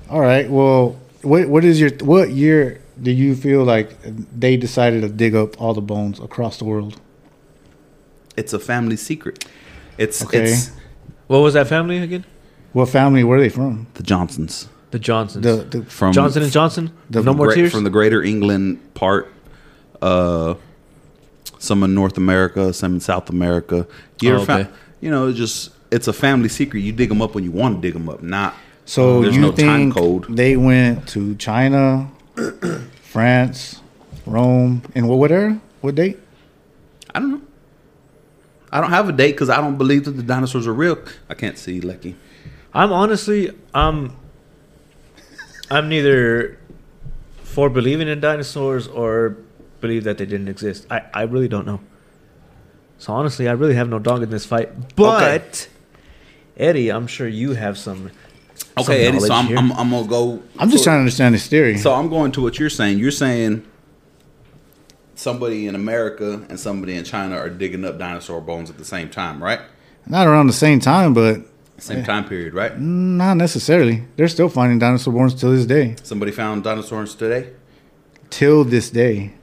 Speaker 3: All right. Well, what what is your what year do you feel like they decided to dig up all the bones across the world?
Speaker 1: It's a family secret. It's
Speaker 3: Okay.
Speaker 1: it's
Speaker 5: What was that family again?
Speaker 3: What family were they from?
Speaker 1: the Johnsons
Speaker 5: The Johnsons.
Speaker 3: The, the
Speaker 1: from
Speaker 5: Johnson and Johnson.
Speaker 3: the-
Speaker 5: no more
Speaker 1: Great-
Speaker 5: tears.
Speaker 1: from the Greater England part. Uh, some in North America, some in South America. You, ever
Speaker 5: Oh,
Speaker 1: found-
Speaker 5: okay.
Speaker 1: you know, it's just it's a family secret. You dig them up when you want to dig them up. Not
Speaker 3: so
Speaker 1: uh, there's
Speaker 3: you
Speaker 1: no time
Speaker 3: think
Speaker 1: code.
Speaker 3: they went to China, France, Rome, and what what era? What date?
Speaker 1: I don't know. I don't have a date because I don't believe that the dinosaurs are real. I can't see Lucky.
Speaker 5: I'm honestly,
Speaker 2: I'm, I'm neither for believing in dinosaurs or believe that they didn't exist. I, I really don't know. So honestly, I really have no dog in this fight. But Eddie, I'm sure you have some. some
Speaker 1: Okay, Eddie. So
Speaker 2: knowledge
Speaker 1: I'm,
Speaker 2: here.
Speaker 1: I'm I'm gonna go.
Speaker 3: I'm just
Speaker 1: so-
Speaker 3: trying to understand this theory.
Speaker 1: So I'm going to what you're saying. You're saying somebody in America and somebody in China are digging up dinosaur bones at the same time, right?
Speaker 3: Not around the same time, but
Speaker 1: Same time period, right?
Speaker 5: Mm-hmm.
Speaker 3: not necessarily. They're still finding dinosaur bones till this day.
Speaker 1: Somebody found dinosaurs today,
Speaker 3: Till this day.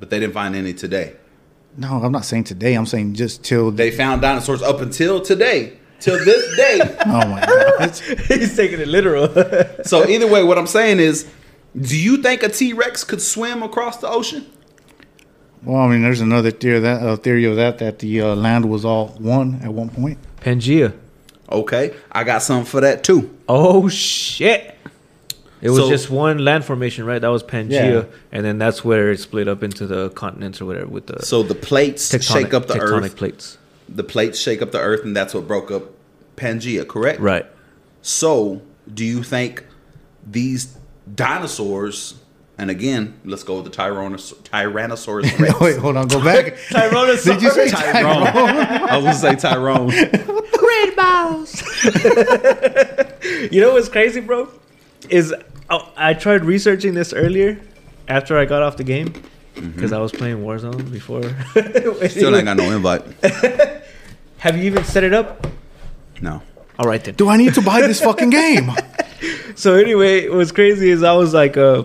Speaker 1: but they didn't find any today.
Speaker 3: No, I'm not saying today. I'm saying just till
Speaker 1: They found dinosaurs up until today, till this day.
Speaker 3: Oh my god.
Speaker 2: He's taking it literal.
Speaker 1: so either way, what I'm saying is, do you think a T-Rex could swim across the ocean?
Speaker 3: Well, I mean, there's another theory of that uh, theory of that that the uh, land was all one at one point.
Speaker 5: Pangea.
Speaker 1: Okay, I got something for that too.
Speaker 5: Oh shit! It was
Speaker 1: So-
Speaker 5: just one land formation, right? That was Pangea,
Speaker 3: Yeah.
Speaker 5: and then that's where it split up into the continents or whatever with the
Speaker 1: So the plates shake up the
Speaker 5: tectonic
Speaker 1: earth.
Speaker 5: plates,
Speaker 1: The plates shake up the earth, and that's what broke up Pangea, correct?
Speaker 5: right?
Speaker 1: So, do you think these dinosaurs? And again, let's go with the Tyrannosaurus, Tyrannosaurus Rex.
Speaker 3: Wait, hold on, go back.
Speaker 2: Tyrannosaurus.
Speaker 3: Did you say
Speaker 1: Tyrone.
Speaker 3: Tyrone?
Speaker 1: I was gonna say Tyrone.
Speaker 2: You know what's crazy, bro? Is oh, I tried researching this earlier after I got off the game because I was playing Warzone before.
Speaker 1: Still ain't got no invite.
Speaker 2: Have you even set it up?
Speaker 1: No.
Speaker 5: All right then.
Speaker 3: Do I need to buy this fucking game?
Speaker 2: So anyway, what's crazy is I was like, uh,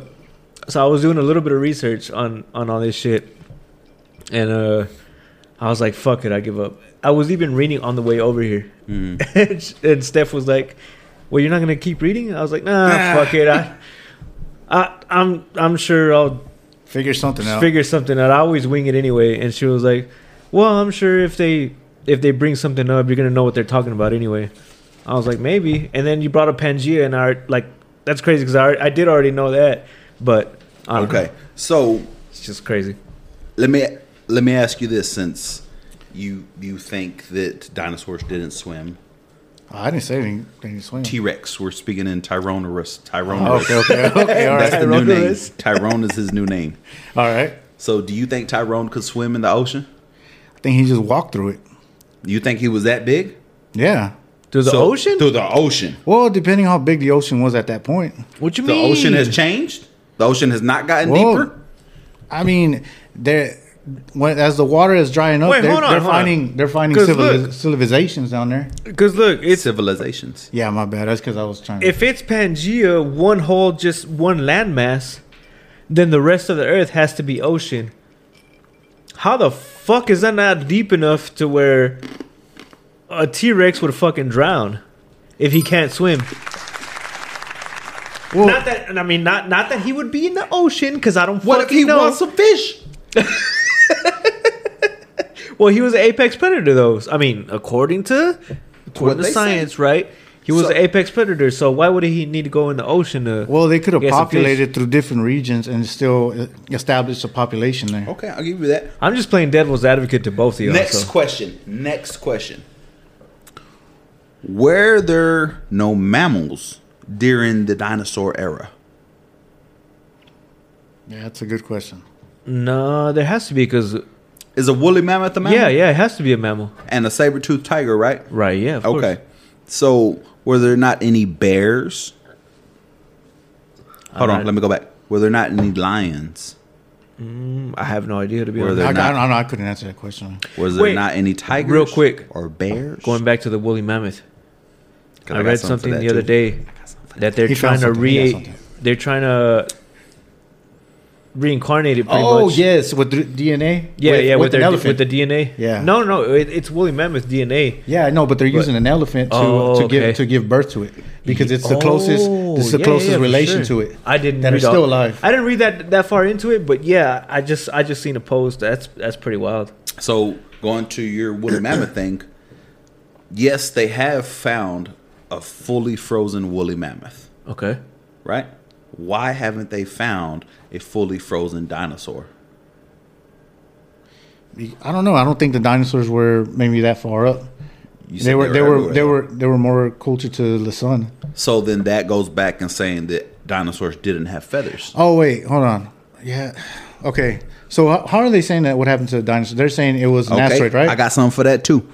Speaker 2: so I was doing a little bit of research on on all this shit, and uh, I was like, fuck it, I give up. I was even reading on the way over here, and Steph was like, well, you're not gonna keep reading? I was like, nah, fuck it, I, I, I'm I'm sure I'll
Speaker 3: Figure something out.
Speaker 2: figure something out. I always wing it anyway. And she was like, "Well, I'm sure if they if they bring something up, you're gonna know what they're talking about anyway." I was like, "Maybe." And then you brought up Pangea, and I like that's crazy because I alre- I did already know that, but I don't
Speaker 1: Okay.
Speaker 2: know.
Speaker 1: So
Speaker 2: it's just crazy.
Speaker 1: let me let me ask you this: since you you think that dinosaurs didn't swim,
Speaker 3: I didn't say anything. to swing.
Speaker 1: T Rex. We're speaking in Tyrannosaurus.
Speaker 3: Oh,
Speaker 1: Tyrannosaurus.
Speaker 3: okay, okay, okay. All
Speaker 1: That's
Speaker 3: right,
Speaker 1: the new name.
Speaker 2: Tyrannosaurus.
Speaker 1: Tyrone is his new name.
Speaker 3: all right.
Speaker 1: So, do you think Tyrone could swim in the ocean?
Speaker 3: I think he just walked through it.
Speaker 1: You think he was that big?
Speaker 3: Yeah.
Speaker 5: Through the
Speaker 1: So-
Speaker 5: ocean?
Speaker 1: Through the ocean.
Speaker 3: Well, depending how big the ocean was at that point.
Speaker 5: what you
Speaker 1: The
Speaker 5: mean?
Speaker 1: ocean has changed. The ocean has not gotten
Speaker 3: Whoa.
Speaker 1: deeper.
Speaker 3: I mean, there. When, as the water is drying up,
Speaker 2: Wait,
Speaker 3: they're,
Speaker 2: hold on,
Speaker 3: they're
Speaker 2: hold on.
Speaker 3: finding they're finding
Speaker 2: 'Cause
Speaker 3: civili-
Speaker 2: look.
Speaker 3: civilizations down there.
Speaker 2: Because look, it's
Speaker 1: Civilizations.
Speaker 3: Yeah, my bad. That's because I was trying. to
Speaker 2: if it's Pangea, one whole just one landmass, then the rest of the Earth has to be ocean. How the fuck is that not deep enough to where a T Rex would fucking drown if he can't swim?
Speaker 3: Well-
Speaker 2: not that and I mean not not that he would be in the ocean because I don't.
Speaker 1: What if
Speaker 2: fucking
Speaker 1: he
Speaker 2: know.
Speaker 1: wants some fish?
Speaker 2: Well, he was an apex predator, though. I mean, according to toward
Speaker 1: What
Speaker 2: the
Speaker 1: they say.
Speaker 2: science, right? He was
Speaker 1: So-
Speaker 2: an apex predator, so why would he need to go in the ocean to?
Speaker 3: Well, they could have
Speaker 2: Yes, it is.
Speaker 3: populated through different regions and still uh, established a population there.
Speaker 2: Oh.
Speaker 1: Okay, I'll give you that.
Speaker 2: I'm just playing devil's advocate to both of you.
Speaker 1: Next question. Next question. Were there no mammals during the dinosaur era?
Speaker 3: Yeah, that's a good question.
Speaker 2: No, there has to be because
Speaker 1: Is a woolly mammoth a mammal?
Speaker 2: yeah, yeah, it has to be a mammal,
Speaker 1: And a saber-toothed tiger, right?
Speaker 2: right? Yeah. Of
Speaker 1: Okay.
Speaker 2: Course.
Speaker 1: So were there not any bears? Hold on,
Speaker 2: Alright.
Speaker 1: let me go back. Were there not any lions?
Speaker 2: Mm, I have no idea to be
Speaker 1: Were
Speaker 2: honest.
Speaker 1: They're
Speaker 3: I, I,
Speaker 1: not-
Speaker 3: don't know, I couldn't answer that question.
Speaker 1: Was there
Speaker 2: Wait,
Speaker 1: not any tigers?
Speaker 2: real quick.
Speaker 1: Or bears?
Speaker 2: Going back to the woolly mammoth,
Speaker 1: 'Cause
Speaker 2: I,
Speaker 1: got
Speaker 2: read
Speaker 1: for
Speaker 2: something
Speaker 1: that
Speaker 2: the other
Speaker 1: too.
Speaker 2: day that they're
Speaker 3: He
Speaker 2: trying
Speaker 3: found
Speaker 2: to
Speaker 3: something, he got
Speaker 2: re
Speaker 3: something.
Speaker 2: they're trying to reincarnate it pretty
Speaker 3: Oh
Speaker 2: much.
Speaker 3: yes, with the DNA.
Speaker 2: Yeah, yeah, with,
Speaker 3: an
Speaker 2: their, with
Speaker 3: elephant.
Speaker 2: the DNA.
Speaker 3: Yeah.
Speaker 2: No, no, it, it's woolly mammoth DNA.
Speaker 3: yeah, no, but they're using an elephant to,
Speaker 2: Oh,
Speaker 3: to
Speaker 2: okay.
Speaker 3: give to give birth to it because it's the
Speaker 2: Oh,
Speaker 3: closest. This is the
Speaker 2: yeah,
Speaker 3: closest
Speaker 2: yeah, for
Speaker 3: relation
Speaker 2: sure.
Speaker 3: to it.
Speaker 2: I didn't
Speaker 3: that
Speaker 2: read
Speaker 3: is still
Speaker 2: all-
Speaker 3: alive.
Speaker 2: I didn't read that that far into it, but yeah, I just I just seen a post. That's that's pretty wild.
Speaker 1: So going to your woolly mammoth thing, yes, they have found a fully frozen woolly mammoth,
Speaker 5: Okay.
Speaker 1: right? Why haven't they found a fully frozen dinosaur?
Speaker 3: I don't know. I don't think the dinosaurs were maybe that far up.
Speaker 1: You said
Speaker 3: They were. They were.
Speaker 1: everywhere,
Speaker 3: They
Speaker 1: though.
Speaker 3: were. They were more cultured to the sun.
Speaker 1: So then that goes back and saying that dinosaurs didn't have feathers.
Speaker 3: Oh wait, hold on. Yeah. Okay. So how, how are they saying that? What happened to the dinosaur? They're saying it was an asteroid, Oh, right?
Speaker 1: I got something for that too.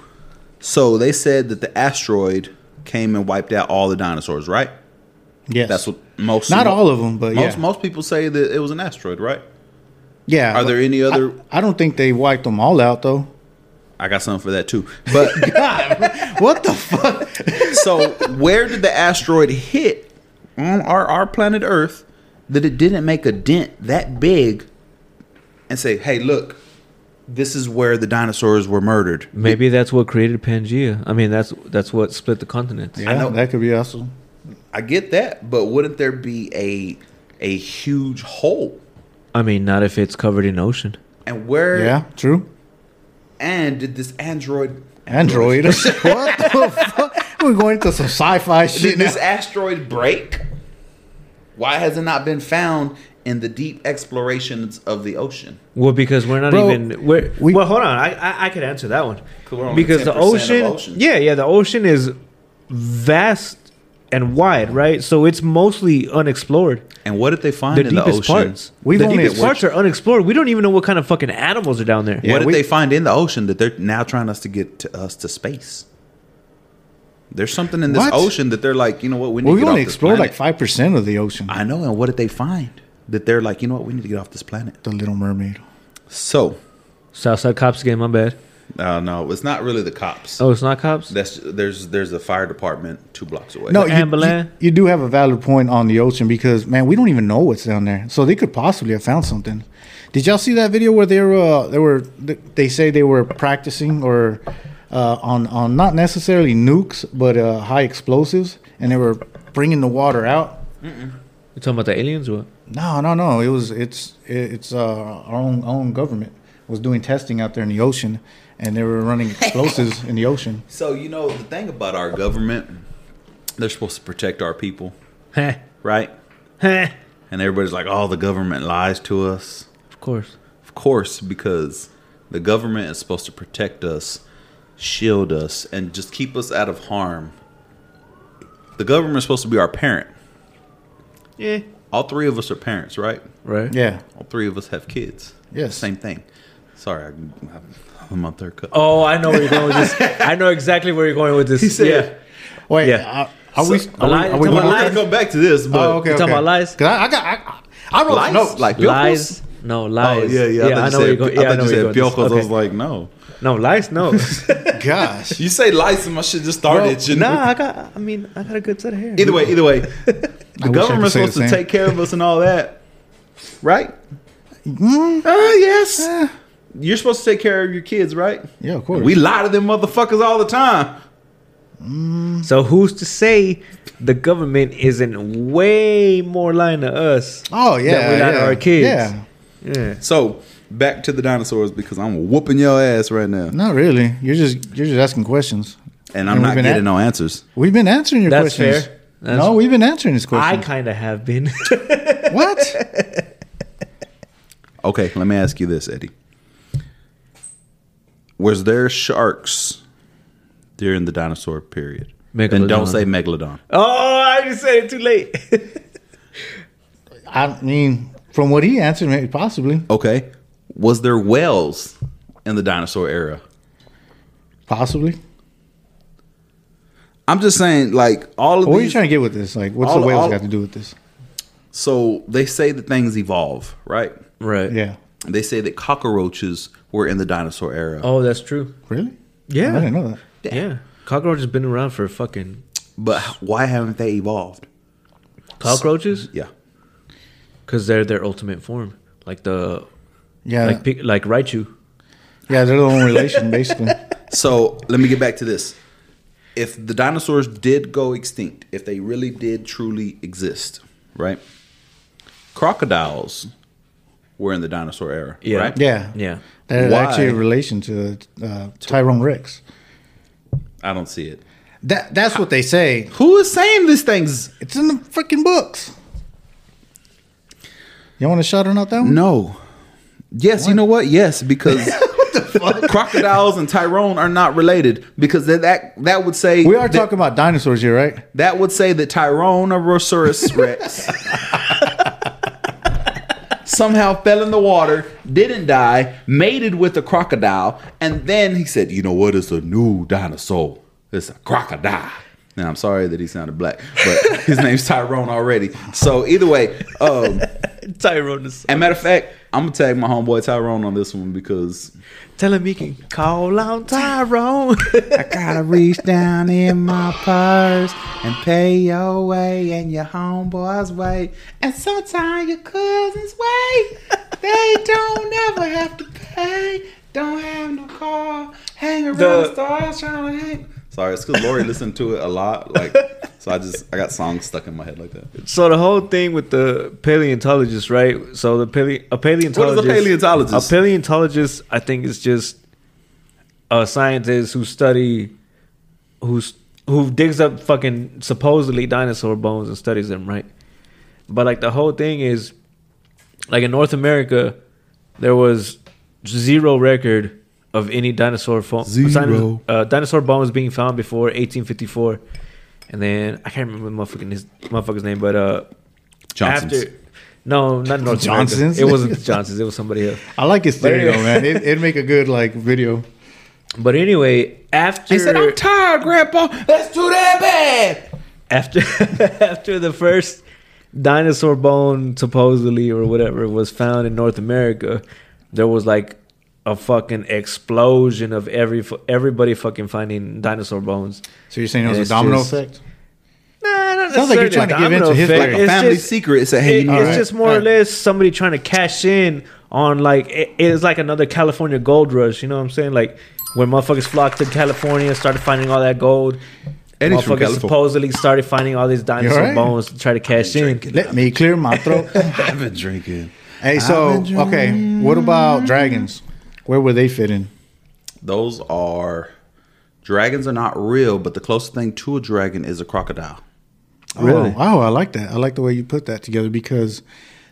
Speaker 1: So they said that the asteroid came and wiped out all the dinosaurs, right?
Speaker 3: yes.
Speaker 1: That's what most
Speaker 3: Not all of them, but
Speaker 1: most
Speaker 3: yeah.
Speaker 1: most people say that it was an asteroid, right?
Speaker 3: yeah.
Speaker 1: Are there any
Speaker 3: I-
Speaker 1: other?
Speaker 3: I, don't think they wiped them all out though.
Speaker 1: I got something for that too. But
Speaker 3: what the fuck?
Speaker 1: so where did the asteroid hit on our, our planet Earth that it didn't make a dent that big and say, hey, look, this is where the dinosaurs were murdered?
Speaker 5: Maybe that's what created Pangea. I mean, that's that's what split the continents.
Speaker 3: Yeah,
Speaker 1: know.
Speaker 3: that could be awesome.
Speaker 1: I get that, but wouldn't there be a a huge hole?
Speaker 5: I mean, not if it's covered in ocean.
Speaker 1: And where
Speaker 3: Yeah. True.
Speaker 1: and did this android
Speaker 3: Android. what the fuck? We're going into some sci-fi shit
Speaker 1: did
Speaker 3: now.
Speaker 1: this asteroid break? Why has it not been found in the deep explorations of the ocean?
Speaker 5: Well, because we're not
Speaker 3: Bro,
Speaker 5: even. We're,
Speaker 3: we-
Speaker 2: well, hold on, I I, I could answer that one
Speaker 1: 'Cause we're only
Speaker 2: because the
Speaker 1: 10% of
Speaker 2: ocean,
Speaker 1: ocean.
Speaker 2: yeah, yeah, the ocean is vast and wide, right? So it's mostly unexplored.
Speaker 1: And what did they find
Speaker 2: The
Speaker 1: in the
Speaker 2: deepest
Speaker 1: ocean?
Speaker 2: parts.
Speaker 3: We've
Speaker 2: the
Speaker 3: only
Speaker 2: deepest
Speaker 3: explored-
Speaker 2: parts are unexplored. We don't even know what kind of fucking animals are down there.
Speaker 3: Yeah,
Speaker 1: what did
Speaker 3: we-
Speaker 1: they find in the ocean that they're now trying us to get to us to space? There's something in this
Speaker 3: What?
Speaker 1: ocean that they're like, you know what, we need to
Speaker 3: Well, we
Speaker 1: get off
Speaker 3: only
Speaker 1: this
Speaker 3: explored like
Speaker 1: planet.
Speaker 3: five percent of the ocean.
Speaker 1: I know, and what did they find? That they're like, you know what, we need to get off this planet.
Speaker 3: The Little Mermaid.
Speaker 1: So,
Speaker 5: Southside cops game. My bad.
Speaker 1: uh, no, it's not really the cops.
Speaker 5: Oh, it's not cops.
Speaker 1: That's there's there's a fire department two blocks away.
Speaker 3: No, you,
Speaker 5: ambulance?
Speaker 3: you, you do have a valid point on the ocean because man, we don't even know what's down there. So they could possibly have found something. Did y'all see that video where they were uh, they were they say they were practicing or uh, on on not necessarily nukes but uh, high explosives and they were bringing the water out.
Speaker 5: You talking about the aliens? Or what?
Speaker 3: No, no, no. It was it's it's uh, our own own government was doing testing out there in the ocean and they were running explosives in the ocean.
Speaker 1: So you know the thing about our government, they're supposed to protect our people,
Speaker 5: Heh,
Speaker 1: right?
Speaker 5: heh.
Speaker 1: And everybody's like, "Oh, the government lies to us."
Speaker 5: Of course.
Speaker 1: Of course, because the government is supposed to protect us, shield us, and just keep us out of harm. The government's supposed to be our parent.
Speaker 2: Yeah.
Speaker 1: All three of us are parents, right?
Speaker 5: Right.
Speaker 3: Yeah.
Speaker 1: All three of us have kids.
Speaker 3: Yes.
Speaker 1: Same thing. Sorry, I, I'm on third cup.
Speaker 5: Oh, I know where you're going with this. I know exactly where you're going with this.
Speaker 1: He said-
Speaker 5: yeah.
Speaker 3: Wait.
Speaker 5: Yeah.
Speaker 3: Are, are we?
Speaker 5: So-
Speaker 3: Are we,
Speaker 5: Eli-
Speaker 3: are we
Speaker 5: come on,
Speaker 3: going
Speaker 1: I
Speaker 5: Lies.
Speaker 1: can go back to this, but
Speaker 3: Oh, okay.
Speaker 5: You
Speaker 3: okay.
Speaker 5: talking about lies?
Speaker 3: 'Cause I, I got. I, I wrote
Speaker 1: lies
Speaker 3: notes.
Speaker 1: like
Speaker 5: Lies. No lies.
Speaker 1: Oh yeah, yeah.
Speaker 5: I,
Speaker 1: I, thought
Speaker 5: know where
Speaker 1: you
Speaker 5: you're
Speaker 1: said,
Speaker 5: going.
Speaker 1: I
Speaker 5: Yeah, I,
Speaker 1: thought
Speaker 5: know
Speaker 1: you
Speaker 5: where you're
Speaker 1: said
Speaker 5: going. with
Speaker 1: Bielko's.
Speaker 5: this.
Speaker 1: I was
Speaker 5: Okay.
Speaker 1: like, no.
Speaker 5: no lies. No.
Speaker 3: Gosh.
Speaker 1: You say lies and my shit just started. you know?
Speaker 5: nah, I got. I mean, I got a good set of hair.
Speaker 1: Either way, either way,
Speaker 3: I
Speaker 1: the
Speaker 3: could
Speaker 1: government's
Speaker 3: say the
Speaker 1: supposed to
Speaker 3: same.
Speaker 1: take care of us and all that, right?
Speaker 3: Mm,
Speaker 1: Uh, yes. You're supposed to take care of your kids, right?
Speaker 3: Yeah, of course.
Speaker 1: We lie to them motherfuckers all the time.
Speaker 2: So who's to say the government isn't way more lying to us?
Speaker 3: oh yeah.
Speaker 2: that we lied to
Speaker 3: yeah.
Speaker 2: our kids.
Speaker 3: Yeah.
Speaker 2: Yeah.
Speaker 1: So back to the dinosaurs because I'm whooping your ass right now.
Speaker 3: Not really. You're just you're just asking questions.
Speaker 1: and I'm
Speaker 3: And we've
Speaker 1: not
Speaker 3: been at-
Speaker 1: getting no answers.
Speaker 3: We've been answering your
Speaker 2: That's
Speaker 3: questions.
Speaker 2: fair.
Speaker 5: That's-
Speaker 3: no, we've been answering his
Speaker 2: I
Speaker 3: question.
Speaker 2: kind of have been.
Speaker 3: what?
Speaker 1: Okay, let me ask you this, Eddie. Was there sharks during the dinosaur period? And don't
Speaker 5: Megalodon.
Speaker 1: say megalodon.
Speaker 2: oh, I just said it too late.
Speaker 3: I mean, from what he answered, maybe possibly,
Speaker 1: Okay. Was there whales in the dinosaur era?
Speaker 3: possibly.
Speaker 1: I'm just saying, like all of
Speaker 3: What are you
Speaker 1: these.
Speaker 3: trying to get with this? Like, what's
Speaker 1: All-
Speaker 3: the whales
Speaker 1: all-
Speaker 3: got to do with this?
Speaker 1: so they say that things evolve, right?
Speaker 5: Right.
Speaker 3: Yeah.
Speaker 1: They say that cockroaches were in the dinosaur era,
Speaker 2: oh, that's true.
Speaker 3: Really? I
Speaker 2: Yeah.
Speaker 3: didn't know that.
Speaker 5: Yeah. Cockroach has been around for fucking
Speaker 1: but why haven't they evolved?
Speaker 5: cockroaches
Speaker 1: Yeah.
Speaker 5: because they're their ultimate form, like the
Speaker 3: Yeah.
Speaker 2: Uh,
Speaker 5: like pe- like Raichu.
Speaker 3: yeah, they're the only relation, basically.
Speaker 1: So let me get back to this. If the dinosaurs did go extinct, if they really did truly exist, right? Crocodiles were in the dinosaur era,
Speaker 5: Yeah.
Speaker 1: right?
Speaker 3: Yeah.
Speaker 5: Yeah.
Speaker 3: They're
Speaker 1: Why?
Speaker 3: actually a relation to uh, Tyrone Rex.
Speaker 1: I don't see it.
Speaker 3: That That's what they say.
Speaker 1: Who is saying these things?
Speaker 3: It's in the freaking books. You want to shout out that one?
Speaker 1: No. Yes, you know what? Yes, because crocodiles and Tyrone are not related because that that, that would say
Speaker 3: We are
Speaker 1: that,
Speaker 3: talking about dinosaurs here, right?
Speaker 1: that would say that Tyrone or Rosaurus Rex somehow fell in the water, didn't die, mated with a crocodile, and then he said, "You know what? It's a new dinosaur. It's a crocodile." Now I'm sorry that he sounded black, but his name's Tyrone already. So either way, um,
Speaker 2: Tyrone is
Speaker 1: and matter of fact, I'm gonna tag my homeboy Tyrone on this one because
Speaker 2: telling me can call on Tyrone.
Speaker 1: I gotta reach down in my purse and pay your way and your homeboy's way. And sometimes your cousin's way. They don't ever have to pay. Don't have no car. Hang around
Speaker 2: The-
Speaker 1: the stars trying to hang. Sorry, it's because Lori listened to it a lot. Like, so I just, I got songs stuck in my head like that.
Speaker 2: so the whole thing with the paleontologist, right? So the pale- a paleontologist.
Speaker 1: paleontologist?
Speaker 2: A paleontologist, I think, is just a scientist who study, who's who digs up fucking supposedly dinosaur bones and studies them, right? But like the whole thing is, like in North America, there was zero record of any dinosaur fo-
Speaker 1: Zero.
Speaker 2: uh, dinosaur bones being found before 1854. And then I can't remember the motherfucking his motherfucker's name, but uh,
Speaker 1: Johnson's.
Speaker 2: after no, not North
Speaker 3: Johnson's?
Speaker 2: America. It wasn't Johnson's. It was somebody else.
Speaker 3: I like his
Speaker 2: There you
Speaker 3: stereo,
Speaker 2: go.
Speaker 3: man. It, it'd make a good like video.
Speaker 2: But anyway, after
Speaker 1: He said, I'm tired, Grandpa. That's too damn bad.
Speaker 2: after after the first dinosaur bone supposedly or whatever was found in North America, there was like a fucking explosion of every fu- everybody fucking finding dinosaur bones.
Speaker 3: So you're saying it was
Speaker 2: It's
Speaker 3: a domino
Speaker 2: just-
Speaker 3: effect?
Speaker 2: Nah, not
Speaker 3: Sounds like you're
Speaker 2: necessarily
Speaker 3: trying to
Speaker 2: a
Speaker 3: give in
Speaker 2: domino
Speaker 3: to his
Speaker 2: effect.
Speaker 1: Like a
Speaker 2: It's
Speaker 1: family
Speaker 2: just-
Speaker 1: secret. It's a hey,
Speaker 2: it-
Speaker 1: you
Speaker 2: it's
Speaker 3: right.
Speaker 2: just more or
Speaker 3: Alright.
Speaker 2: less somebody trying to cash in on like it- it's like another California gold rush. You know what I'm saying? Like when motherfuckers flocked to California, started finding all that gold.
Speaker 1: And he's from
Speaker 2: motherfuckers
Speaker 1: California.
Speaker 2: supposedly started finding all these dinosaur
Speaker 3: alright?
Speaker 2: bones to try to cash in.
Speaker 3: Let me clear my throat.
Speaker 1: I've been drinking.
Speaker 3: hey, so okay, what about dragons? Where would they fit in?
Speaker 1: Those are dragons are not real, but the closest thing to a dragon is a crocodile.
Speaker 3: Really? Oh, wow, I like that. I like the way you put that together because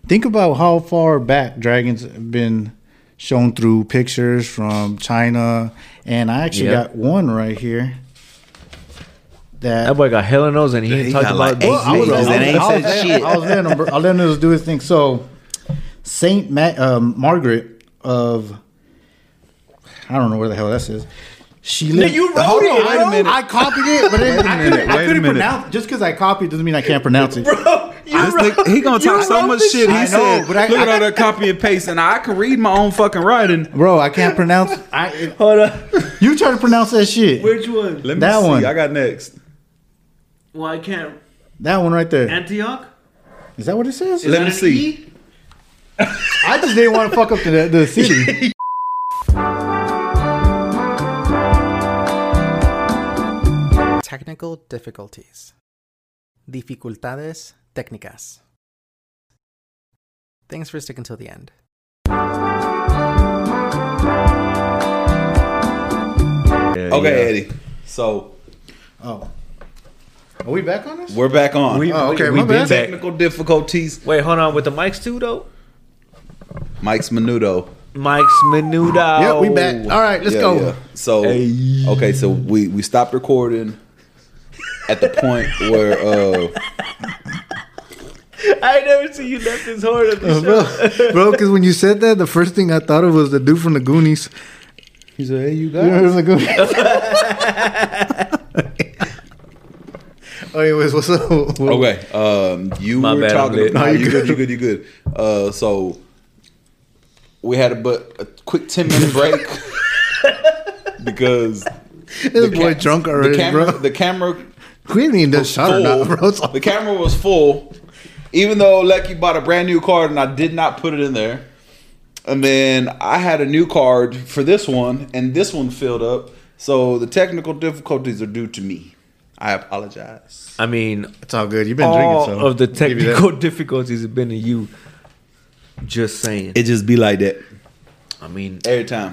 Speaker 3: think about how far back dragons have been shown through pictures from China, and I actually
Speaker 5: Yeah.
Speaker 3: got one right here.
Speaker 2: That boy got hella nose and he,
Speaker 1: He
Speaker 2: ain't talked
Speaker 1: got
Speaker 2: about
Speaker 1: like eight
Speaker 2: Well, I was-
Speaker 1: pages and ain't
Speaker 3: I was
Speaker 1: said
Speaker 3: letting-
Speaker 1: shit.
Speaker 3: I was letting him, I was letting us do his thing. So, Saint Ma- um, Margaret of, I don't know where the hell that says. She lived.
Speaker 2: you wrote
Speaker 3: Hold
Speaker 2: it,
Speaker 3: on, wait
Speaker 2: bro.
Speaker 3: a minute. I copied it, but it,
Speaker 1: a
Speaker 3: I
Speaker 1: minute,
Speaker 3: couldn't,
Speaker 1: wait
Speaker 3: I
Speaker 1: a
Speaker 3: couldn't
Speaker 1: minute.
Speaker 3: pronounce. Just because I copied doesn't mean I can't pronounce it.
Speaker 2: Bro, you
Speaker 1: This
Speaker 2: wrote-
Speaker 1: nigga- he gonna
Speaker 2: you
Speaker 1: talk so
Speaker 2: wrote
Speaker 1: much
Speaker 2: this
Speaker 1: shit. He
Speaker 3: I know,
Speaker 1: said,
Speaker 3: but I-
Speaker 1: "Look at
Speaker 3: I-
Speaker 1: all that copy and paste," and I can read my own fucking writing.
Speaker 3: Bro, I can't pronounce. I
Speaker 2: Hold up.
Speaker 3: you try to pronounce that shit.
Speaker 2: Which one?
Speaker 1: Let me
Speaker 3: That
Speaker 1: see.
Speaker 3: one.
Speaker 1: I got next.
Speaker 2: Well, I can't.
Speaker 3: That one right there.
Speaker 2: Antioch?
Speaker 3: Is that what it says?
Speaker 1: Let me
Speaker 2: that an E?
Speaker 1: see.
Speaker 3: I just didn't want to fuck up the, the city.
Speaker 6: Technical difficulties. Dificultades técnicas. Thanks for sticking till the end.
Speaker 3: uh,
Speaker 1: Okay, Eddie. So
Speaker 3: Oh, are we back on this?
Speaker 1: We're back on.
Speaker 2: We,
Speaker 3: Oh, okay,
Speaker 2: we,
Speaker 3: my
Speaker 2: have been
Speaker 3: bad.
Speaker 2: back.
Speaker 1: Technical difficulties.
Speaker 2: Wait, hold on. With the mics too, though.
Speaker 1: Mike's Menudo.
Speaker 2: Mike's menudo.
Speaker 3: Yep, we back. All right, let's
Speaker 1: Yeah,
Speaker 3: go.
Speaker 1: yeah. So
Speaker 2: Hey.
Speaker 1: okay, so we we stopped recording at the point where uh
Speaker 2: I ain't never seen you laugh this hard at the show.
Speaker 3: bro, bro, because when you said that, the first thing I thought of was the dude from the Goonies. He's like, "Hey, you guys." Oh, Anyways, what's up?
Speaker 1: okay, um you
Speaker 2: My
Speaker 1: were
Speaker 2: bad, I'm
Speaker 1: talking
Speaker 2: lit.
Speaker 1: about
Speaker 3: No, you
Speaker 1: you good, you good, you good. Uh so we had a but a quick 10 minute break because
Speaker 3: this boy
Speaker 1: ca-
Speaker 3: drunk already,
Speaker 1: the camera,
Speaker 3: bro.
Speaker 1: The Oh. camera
Speaker 3: we ain't even done shot or
Speaker 1: full.
Speaker 3: not, bro. It's all-
Speaker 1: The camera was full, even though Lecky bought a brand new card and I did not put it in there. And then I had a new card for this one, and this one filled up. So the technical difficulties are due to me. I apologize.
Speaker 2: I mean,
Speaker 3: it's all good. You've been
Speaker 2: all
Speaker 3: drinking, so
Speaker 2: of the
Speaker 3: I'll give you that.
Speaker 2: technical difficulties have been in you. Just saying.
Speaker 1: It just be like that
Speaker 2: I mean,
Speaker 1: every time.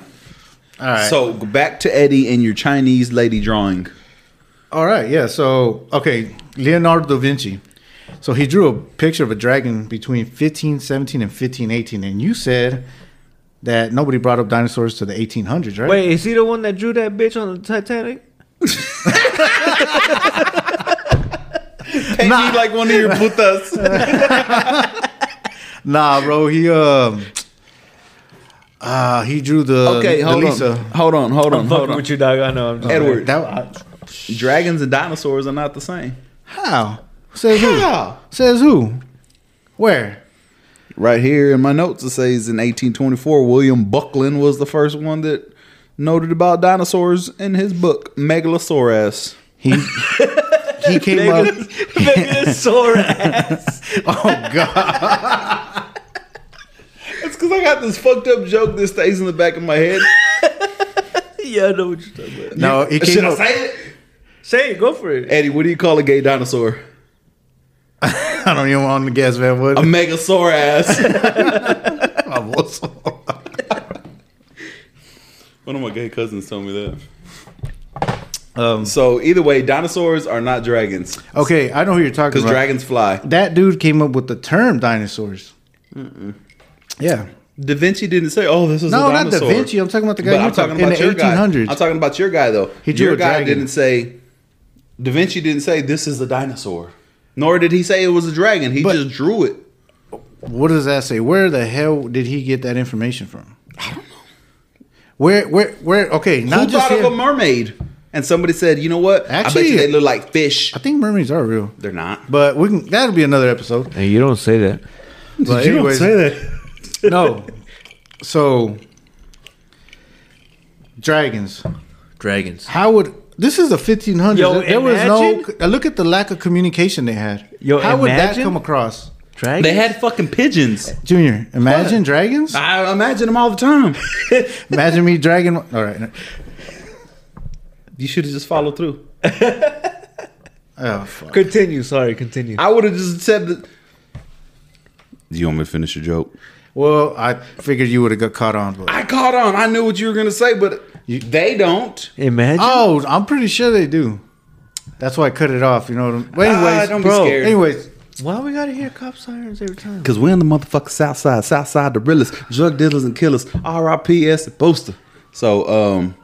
Speaker 3: All right.
Speaker 1: So go back to Eddie and your Chinese lady drawing.
Speaker 3: All right, yeah. So, okay, Leonardo da Vinci. So he drew a picture of a dragon between 1517 and 1518, and you said that nobody brought up dinosaurs to the 1800s, right?
Speaker 2: wait, is he the one that drew that bitch on the Titanic?
Speaker 1: Paint me like one of your putas.
Speaker 3: Nah, bro. He um, uh, he drew the
Speaker 1: okay,
Speaker 3: the
Speaker 1: hold
Speaker 3: Lisa.
Speaker 1: on. Hold on, hold on,
Speaker 2: I'm
Speaker 1: hold
Speaker 2: fucking
Speaker 1: on.
Speaker 2: with you, dog. I know. I'm just
Speaker 1: Edward.
Speaker 3: That I,
Speaker 1: Dragons and dinosaurs are not the same.
Speaker 3: how says
Speaker 1: How?
Speaker 3: who says who? Where?
Speaker 1: Right here in my notes, it says in 1824, William Buckland was the first one that noted about dinosaurs in his book, Megalosaurus.
Speaker 3: He he came up.
Speaker 2: Megasaur ass.
Speaker 3: Oh God!
Speaker 1: It's because I got this fucked up joke that stays in the back of my head.
Speaker 2: yeah, I know what you're talking about.
Speaker 3: No, he
Speaker 1: Should
Speaker 3: came
Speaker 1: I
Speaker 3: up.
Speaker 1: say it?
Speaker 2: Say it, go for it.
Speaker 1: Eddie, what do you call a gay dinosaur?
Speaker 3: I don't even want to guess, man. What?
Speaker 1: A Megasaurus. one of my gay cousins told me that.
Speaker 3: um,
Speaker 1: So either way, dinosaurs are not dragons
Speaker 3: okay, I know who you're talking
Speaker 1: because
Speaker 3: about.
Speaker 1: dragons fly.
Speaker 3: that dude came up with the term dinosaurs. Yeah.
Speaker 1: Da Vinci didn't say, "Oh, this is
Speaker 3: No,
Speaker 1: a
Speaker 3: not
Speaker 1: dinosaur."
Speaker 3: Da Vinci. I'm talking about the guy
Speaker 1: But
Speaker 3: you're
Speaker 1: I'm talking
Speaker 3: talking in
Speaker 1: about
Speaker 3: the
Speaker 1: your guy.
Speaker 3: 1800s.
Speaker 1: I'm talking about your guy though.
Speaker 3: He drew
Speaker 1: your
Speaker 3: a
Speaker 1: guy
Speaker 3: dragon.
Speaker 1: didn't say. Da Vinci didn't say this is a dinosaur, nor did he say it was a dragon. He
Speaker 3: But-
Speaker 1: just drew it.
Speaker 3: What does that say? Where the hell did he get that information from? I don't know. Where, where, where? Okay, not
Speaker 1: Who
Speaker 3: just
Speaker 1: thought
Speaker 3: him.
Speaker 1: of a mermaid? And somebody said, you know what? I bet
Speaker 3: Actually-
Speaker 1: you they look like fish.
Speaker 3: I think mermaids are real,
Speaker 1: They're not.
Speaker 3: but we can. That'll be another episode.
Speaker 5: Hey, you don't say that.
Speaker 3: But anyways,
Speaker 2: that.
Speaker 3: no. So, dragons.
Speaker 5: Dragons.
Speaker 3: How would this is the 1500s?
Speaker 2: Yo,
Speaker 3: there was no.
Speaker 2: imagine-
Speaker 3: uh, Look at the lack of communication they had.
Speaker 2: Yo,
Speaker 3: How would that
Speaker 2: imagine-
Speaker 3: come across,
Speaker 5: Dragons.
Speaker 1: They had fucking pigeons.
Speaker 3: Junior? Imagine dragons.
Speaker 1: I imagine them all the time.
Speaker 3: Imagine me dragon. All right.
Speaker 1: you should have just followed through.
Speaker 3: Oh, fuck.
Speaker 2: Continue. Sorry, continue.
Speaker 1: I would have just said that. Do you want me to finish your joke?
Speaker 3: Well, I figured you would have got caught on. But
Speaker 1: I caught on. I knew what you were gonna say, but they don't.
Speaker 2: Imagine.
Speaker 3: Oh, I'm pretty sure they do. That's why I cut it off. You know what I'm. But anyways,
Speaker 1: Ah, don't be
Speaker 3: bro.
Speaker 1: scared.
Speaker 3: Anyways,
Speaker 2: Why we gotta hear cop sirens every time?
Speaker 1: Cause we're in the motherfucking South Side, South Side the realest, drug dealers and killers, R.I.P.S. and Booster. So, um,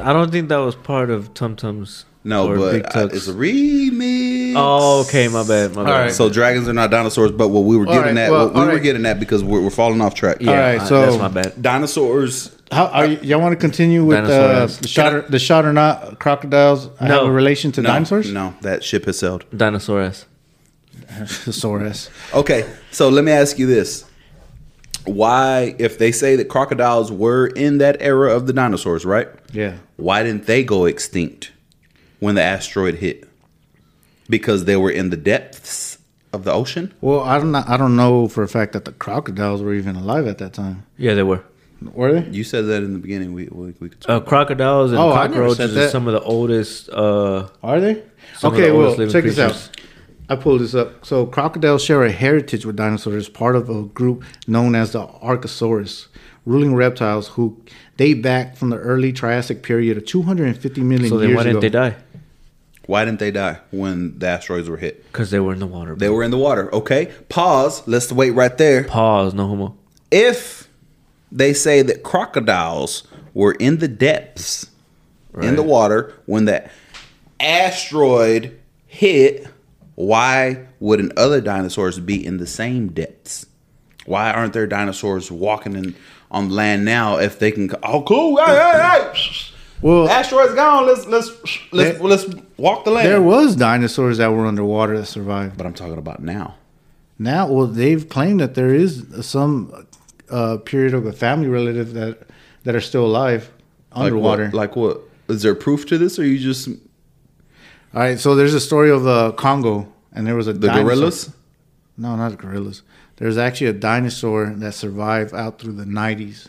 Speaker 5: I don't think that was part of Tum Tum's.
Speaker 1: no,
Speaker 5: or Big
Speaker 1: but uh,
Speaker 5: Tuck's.
Speaker 1: it's a remix.
Speaker 5: Oh, okay, my bad, my bad.
Speaker 3: right.
Speaker 1: So dragons are not dinosaurs, but what we were getting
Speaker 3: right,
Speaker 1: at,
Speaker 3: well,
Speaker 1: what we
Speaker 3: all
Speaker 1: were
Speaker 3: right.
Speaker 1: getting at, because we're, we're falling off track.
Speaker 5: Yeah,
Speaker 3: All right,
Speaker 5: I-
Speaker 3: so-
Speaker 5: that's my bad.
Speaker 1: Dinosaurs.
Speaker 3: how are you, y'all want to continue with uh,
Speaker 5: Dinosaurs.
Speaker 3: the shot or, the shot or not crocodiles? I
Speaker 5: No.
Speaker 3: have a relation to
Speaker 1: No,
Speaker 3: dinosaurs.
Speaker 1: No, that ship has sailed.
Speaker 5: Dinosaur ass.
Speaker 3: Thesaurus.
Speaker 1: Okay, so let me ask you this: Why, if they say that crocodiles were in that era of the dinosaurs, right?
Speaker 3: Yeah.
Speaker 1: why didn't they go extinct when the asteroid hit? Because they were in the depths of the ocean.
Speaker 3: Well, I don't. know- I don't know for a fact that the crocodiles were even alive at that time.
Speaker 5: Yeah, they were.
Speaker 3: Were they?
Speaker 1: You said that in the beginning. We we, we could.
Speaker 5: Uh, crocodiles and
Speaker 3: Oh, I never said
Speaker 5: cockroaches
Speaker 3: that.
Speaker 5: are some of the oldest. Uh,
Speaker 3: Are they?
Speaker 5: Some of
Speaker 3: okay,
Speaker 5: the
Speaker 3: well,
Speaker 5: oldest
Speaker 3: check
Speaker 5: living
Speaker 3: this out.
Speaker 5: creatures.
Speaker 3: I pulled this up. So, crocodiles share a heritage with dinosaurs, part of a group known as the Archosaurus, ruling reptiles who date back from the early Triassic period of 250 million
Speaker 5: so then
Speaker 3: years
Speaker 5: why didn't
Speaker 3: ago.
Speaker 5: they die?
Speaker 1: Why didn't they die when the asteroids were hit?
Speaker 5: because they were in the water.
Speaker 1: They
Speaker 5: bro.
Speaker 1: were in the water. Okay. Pause. Let's wait right there.
Speaker 5: pause. No homo.
Speaker 1: If they say that crocodiles were in the depths, in the
Speaker 5: Right.
Speaker 1: water, when that asteroid hit, why wouldn't other dinosaurs be in the same depths? Why aren't there dinosaurs walking in, on land now if they can? Oh, cool! Hey, hey, hey!
Speaker 3: Well,
Speaker 1: Asteroid's gone. Let's let's let's
Speaker 3: There-
Speaker 1: let's walk the land.
Speaker 3: there was dinosaurs that were underwater that survived.
Speaker 1: but I'm talking about now.
Speaker 3: Now, well, they've claimed that there is some uh, period of a family relative that that are still alive underwater.
Speaker 1: Like what? Like what? Is there proof to this, or you just
Speaker 3: All right, so there's a story of uh, Congo, and there was a
Speaker 1: the gorillas?
Speaker 3: No, not gorillas. There's actually a dinosaur that survived out through the 90s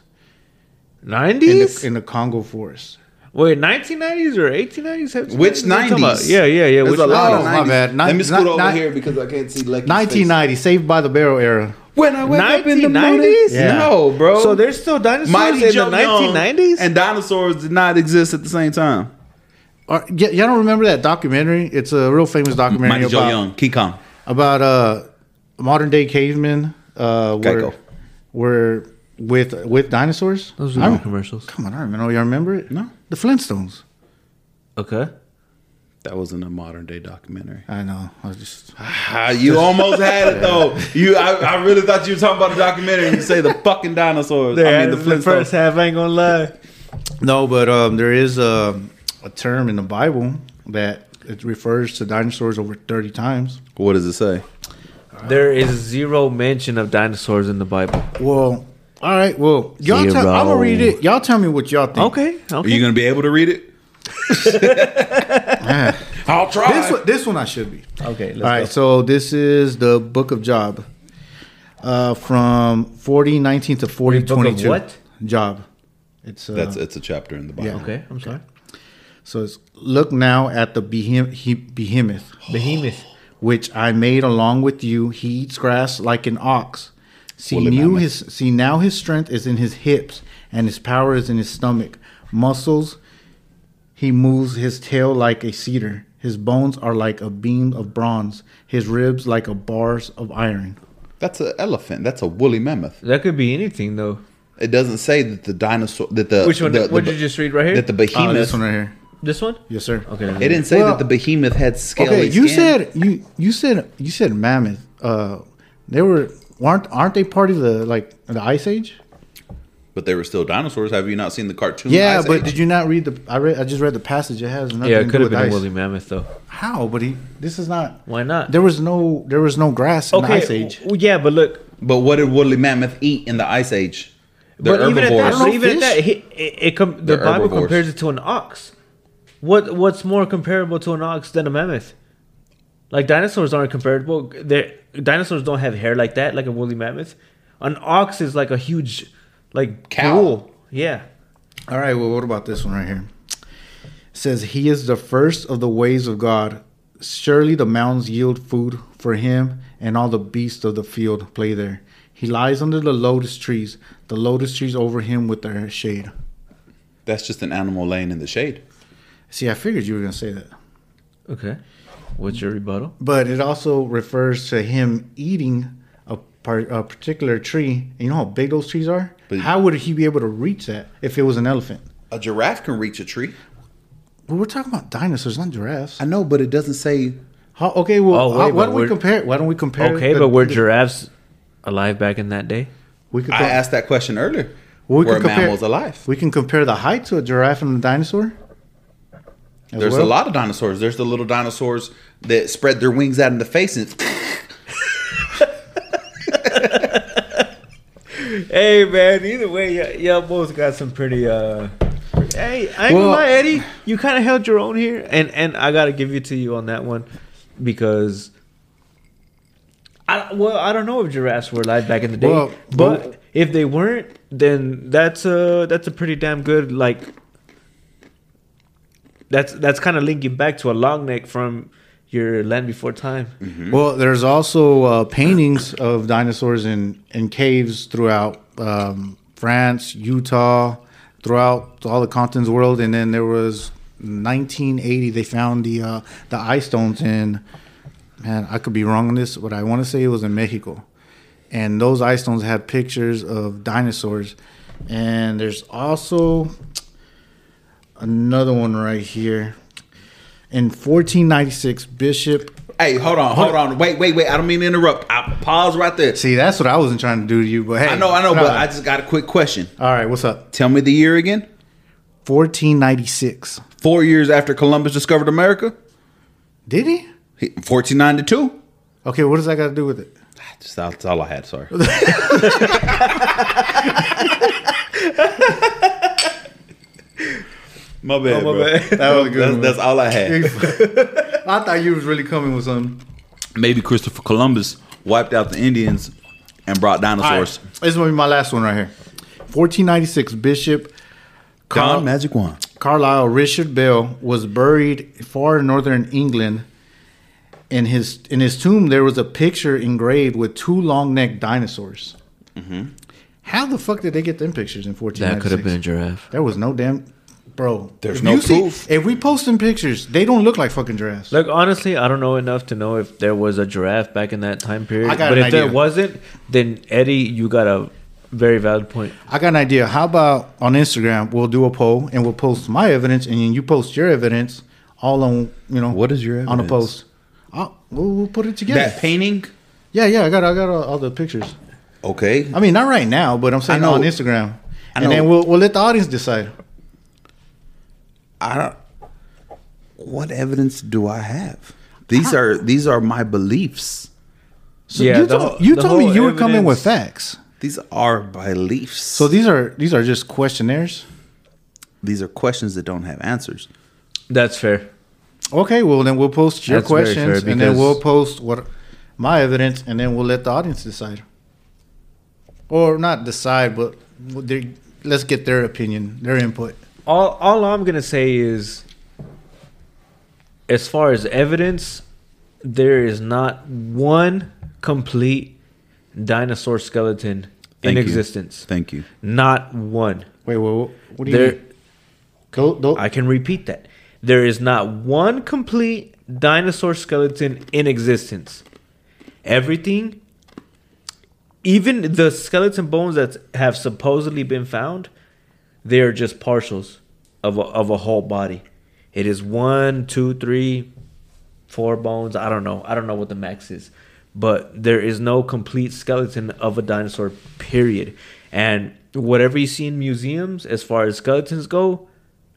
Speaker 3: in the,
Speaker 2: Nineties?
Speaker 3: in the Congo forest.
Speaker 2: Wait, nineteen nineties or eighteen nineties?
Speaker 1: Which nineties?
Speaker 2: Yeah, yeah, yeah.
Speaker 1: There's
Speaker 2: Which
Speaker 1: a lot
Speaker 3: Oh,
Speaker 1: of
Speaker 3: my
Speaker 1: 90s.
Speaker 3: bad.
Speaker 1: Let
Speaker 3: Nin-
Speaker 1: me scoot
Speaker 3: nin-
Speaker 1: over
Speaker 3: nin-
Speaker 1: here because I can't see Lucky's
Speaker 3: 1990, Saved by the Barrel era.
Speaker 1: When I wake up in the morning,
Speaker 2: 1990s?
Speaker 3: Yeah.
Speaker 1: no, bro.
Speaker 2: So there's still dinosaurs
Speaker 1: Mighty
Speaker 2: in the
Speaker 1: Joe Young
Speaker 2: nineteen nineties?
Speaker 1: and dinosaurs did not exist at the same time.
Speaker 3: Or, Uh, y- y'all don't remember that documentary? It's a real famous documentary
Speaker 1: Mighty Joe
Speaker 3: about
Speaker 1: Young, King Kong.
Speaker 3: about uh modern day cavemen uh were,
Speaker 1: Geico.
Speaker 3: were with with dinosaurs.
Speaker 5: Those were
Speaker 3: I
Speaker 5: the
Speaker 3: don't-
Speaker 5: commercials.
Speaker 3: Come on, I remember. Y'all remember it?
Speaker 1: No.
Speaker 3: The Flintstones.
Speaker 5: Okay.
Speaker 1: That wasn't a modern day documentary.
Speaker 3: I know. I was just
Speaker 1: Ah, you almost had it though. You, I, I really thought you were talking about a documentary. You say the fucking dinosaurs.
Speaker 2: There,
Speaker 1: I mean the
Speaker 2: the
Speaker 1: Flintstones.
Speaker 2: first half. I ain't gonna lie.
Speaker 3: no, but um, there is a a term in the Bible that it refers to dinosaurs over thirty times.
Speaker 1: What does it say?
Speaker 5: There is zero mention of dinosaurs in the Bible.
Speaker 3: Well, all right. Well, y'all. Tell, I'm gonna
Speaker 5: Zero.
Speaker 3: read it. Y'all tell me what y'all think.
Speaker 5: Okay.
Speaker 1: Are
Speaker 5: Okay.
Speaker 1: you gonna be able to read it? I'll try.
Speaker 3: This one, this one I should be.
Speaker 2: Okay,
Speaker 3: All right, so this is the Book of Job, uh, from forty nineteen to forty
Speaker 5: Book of
Speaker 3: twenty two.
Speaker 5: what?
Speaker 3: Job? It's uh,
Speaker 1: That's it's a chapter in the Bible.
Speaker 3: Yeah.
Speaker 5: Okay. I'm sorry.
Speaker 3: So it's look now at the behem- he- behemoth,
Speaker 2: Behemoth.
Speaker 3: which I made along with you. He eats grass like an ox. See
Speaker 1: Woolly
Speaker 3: new his
Speaker 1: mammoth.
Speaker 3: see now his strength is in his hips and his power is in his stomach. Muscles he moves his tail like a cedar. His bones are like a beam of bronze, his ribs like a bars of iron.
Speaker 1: That's an elephant. That's a woolly mammoth.
Speaker 2: That could be anything though.
Speaker 1: It doesn't say that the dinosaur that the
Speaker 2: Which one?
Speaker 1: The,
Speaker 2: what
Speaker 1: the-
Speaker 2: did you just read right here?
Speaker 1: that the
Speaker 3: Ah,
Speaker 1: behemoth.
Speaker 3: this one right here.
Speaker 2: this one?
Speaker 3: Yes, sir.
Speaker 5: Okay.
Speaker 1: it didn't say
Speaker 3: Well-
Speaker 1: that the behemoth had scaly.
Speaker 3: Okay,
Speaker 1: skin.
Speaker 3: you said you you said you said mammoth. Uh, they were aren't aren't they part of the like the ice age?
Speaker 1: but there were still dinosaurs. Have you not seen the cartoon?
Speaker 3: Yeah,
Speaker 1: Ice
Speaker 3: but
Speaker 1: Age?
Speaker 3: did you not read the? I read. I just read the passage. It has nothing.
Speaker 5: Yeah,
Speaker 3: to
Speaker 5: it
Speaker 3: do
Speaker 5: could have
Speaker 3: with
Speaker 5: been
Speaker 3: ice.
Speaker 5: a woolly mammoth though.
Speaker 3: How? But he. This is not.
Speaker 5: Why not?
Speaker 3: There was no. There was no grass in the
Speaker 2: Okay.
Speaker 3: ice age.
Speaker 2: w- yeah, but look.
Speaker 1: But what did woolly mammoth eat in the ice age? They're
Speaker 2: but even at that,
Speaker 1: herbivores.
Speaker 2: but
Speaker 3: know
Speaker 2: even at
Speaker 3: fish.
Speaker 2: that, he- it, it com- the
Speaker 1: They're
Speaker 2: Bible
Speaker 1: herbivores.
Speaker 2: compares it to an ox. What what's more comparable to an ox than a mammoth? Like dinosaurs aren't comparable. They're, dinosaurs don't have hair like that, like a woolly mammoth. An ox is like a huge, like
Speaker 1: Cow.
Speaker 2: bull. Yeah.
Speaker 3: All right. Well, what about this one right here? It says he is the first of the ways of God. Surely the mountains yield food for him, and all the beasts of the field play there. He lies under the lotus trees. The lotus trees over him with their shade.
Speaker 1: That's just an animal laying in the shade.
Speaker 3: See, I figured you were gonna say that.
Speaker 5: Okay. What's your rebuttal?
Speaker 3: But it also refers to him eating a, par- a particular tree. And you know how big those trees are?
Speaker 1: But-
Speaker 3: how would he be able to reach that if it was an elephant?
Speaker 1: A giraffe can reach a tree.
Speaker 3: Well, we're talking about dinosaurs, not giraffes.
Speaker 1: I know, but it doesn't say.
Speaker 3: How, okay,
Speaker 5: Oh,
Speaker 3: well,
Speaker 5: wait,
Speaker 3: how- why
Speaker 5: but
Speaker 3: don't we
Speaker 5: we're-
Speaker 3: compare? Why don't we compare?
Speaker 5: Okay,
Speaker 3: the-
Speaker 5: but were
Speaker 3: the-
Speaker 5: giraffes alive back in that day?
Speaker 3: We could.
Speaker 1: I
Speaker 3: co-
Speaker 1: asked that question earlier.
Speaker 3: well, we
Speaker 1: were
Speaker 3: could compare-
Speaker 1: mammals alive?
Speaker 3: We can compare the height to a giraffe and a dinosaur. as
Speaker 1: There's a
Speaker 3: well.
Speaker 1: lot of dinosaurs. There's the little dinosaurs that spread their wings out in the face and
Speaker 2: Hey man, either way, y- y'all both got some pretty. uh Hey, I ain't
Speaker 3: Well-
Speaker 2: gonna lie, Eddie. You kind of held your own here, and and I gotta give it to you on that one because. I, well, I don't know if giraffes were alive back in the day,
Speaker 3: Well,
Speaker 2: but
Speaker 3: well-
Speaker 2: if they weren't, then that's a that's a pretty damn good like. That's that's kind of linking back to a long neck from your land before time.
Speaker 3: Well, there's also uh, paintings of dinosaurs in, in caves throughout um, France, Utah, throughout all the continents of the world, and then there was 1980, they found the uh, the eye stones in. Man, I could be wrong on this, but I want to say it was in Mexico, and those eye stones had pictures of dinosaurs, and there's also another one right here. In 1496, Bishop.
Speaker 1: Hey, hold on, hold on, wait, wait, wait. I don't mean to interrupt. I pause right there.
Speaker 3: See, that's what I wasn't trying to do to you, but hey,
Speaker 1: I know, I know,
Speaker 3: nah.
Speaker 1: but I just got a quick question.
Speaker 3: all right, what's up?
Speaker 1: Tell me the year again.
Speaker 3: 1496.
Speaker 1: Four years after Columbus discovered America,
Speaker 3: Did he?
Speaker 1: He- 1492.
Speaker 3: Okay, what does that got to do with it?
Speaker 1: Just- That's all I had. Sorry. Oh, my bad,
Speaker 7: my
Speaker 1: bro.
Speaker 7: bad.
Speaker 1: That was
Speaker 3: good
Speaker 1: That's,
Speaker 3: one.
Speaker 1: that's all I had.
Speaker 3: I thought you was really coming with something.
Speaker 1: Maybe Christopher Columbus wiped out the Indians and brought
Speaker 3: All right,
Speaker 1: dinosaurs.
Speaker 3: this will be my last one right here. 1496, Bishop Car-
Speaker 1: Don Magic Wand.
Speaker 3: Carlisle Richard Bell was buried far in northern England. In his in his tomb, there was a picture engraved with two long-necked dinosaurs. Mm-hmm. How the fuck did they get them pictures in 1496?
Speaker 2: That could have been a giraffe.
Speaker 3: There was no damn. Bro,
Speaker 1: There's
Speaker 3: if
Speaker 1: no
Speaker 3: you see-
Speaker 1: proof.
Speaker 3: if we post them pictures, they don't look like fucking giraffes.
Speaker 2: Look, honestly, I don't know enough to know if there was a giraffe back in that time period.
Speaker 3: I got
Speaker 2: but
Speaker 3: an
Speaker 2: if there
Speaker 3: idea.
Speaker 2: wasn't, then Eddie, you got a very valid point.
Speaker 3: I got an idea. How about on Instagram, we'll do a poll and we'll post my evidence, and then you post your evidence all on you know
Speaker 1: What is your
Speaker 3: on a
Speaker 1: evidence?
Speaker 3: post. I'll, we'll, we'll put it together.
Speaker 1: That painting.
Speaker 3: yeah, yeah. I got I got all, all the pictures.
Speaker 1: Okay.
Speaker 3: I mean, not right now, but I'm saying
Speaker 1: know.
Speaker 3: on Instagram,
Speaker 1: I
Speaker 3: and then
Speaker 1: know.
Speaker 3: we'll we'll let the audience decide.
Speaker 1: I don't. What evidence do I have? These are these are my beliefs.
Speaker 3: So
Speaker 2: Yeah,
Speaker 3: you,
Speaker 2: the
Speaker 3: told,
Speaker 2: whole-
Speaker 3: you
Speaker 2: the
Speaker 3: told me
Speaker 2: whole
Speaker 3: you were coming with
Speaker 2: evidence-
Speaker 3: facts.
Speaker 1: These are beliefs.
Speaker 3: So these are these are just questionnaires.
Speaker 1: these are questions that don't have answers.
Speaker 2: That's fair.
Speaker 3: Okay, well then we'll post your
Speaker 2: That's very fair,
Speaker 3: questions, and then
Speaker 2: because-
Speaker 3: we'll post what my evidence, and then we'll let the audience decide, or not decide, but we'll- they- let's get their opinion, their input.
Speaker 2: all all I'm gonna say is, as far as evidence, there is not one complete dinosaur skeleton in
Speaker 1: Thank you.
Speaker 2: existence.
Speaker 1: Thank you.
Speaker 2: Not one.
Speaker 3: Wait, what, what do you?
Speaker 2: There,
Speaker 3: mean? Go, go-
Speaker 2: I can repeat that. There is not one complete dinosaur skeleton in existence. Everything, even the skeleton bones that have supposedly been found, they are just partials of a, of a whole body. It is one, two, three, four bones. I don't know. I don't know what the max is, but there is no complete skeleton of a dinosaur. Period. And whatever you see in museums, as far as skeletons go,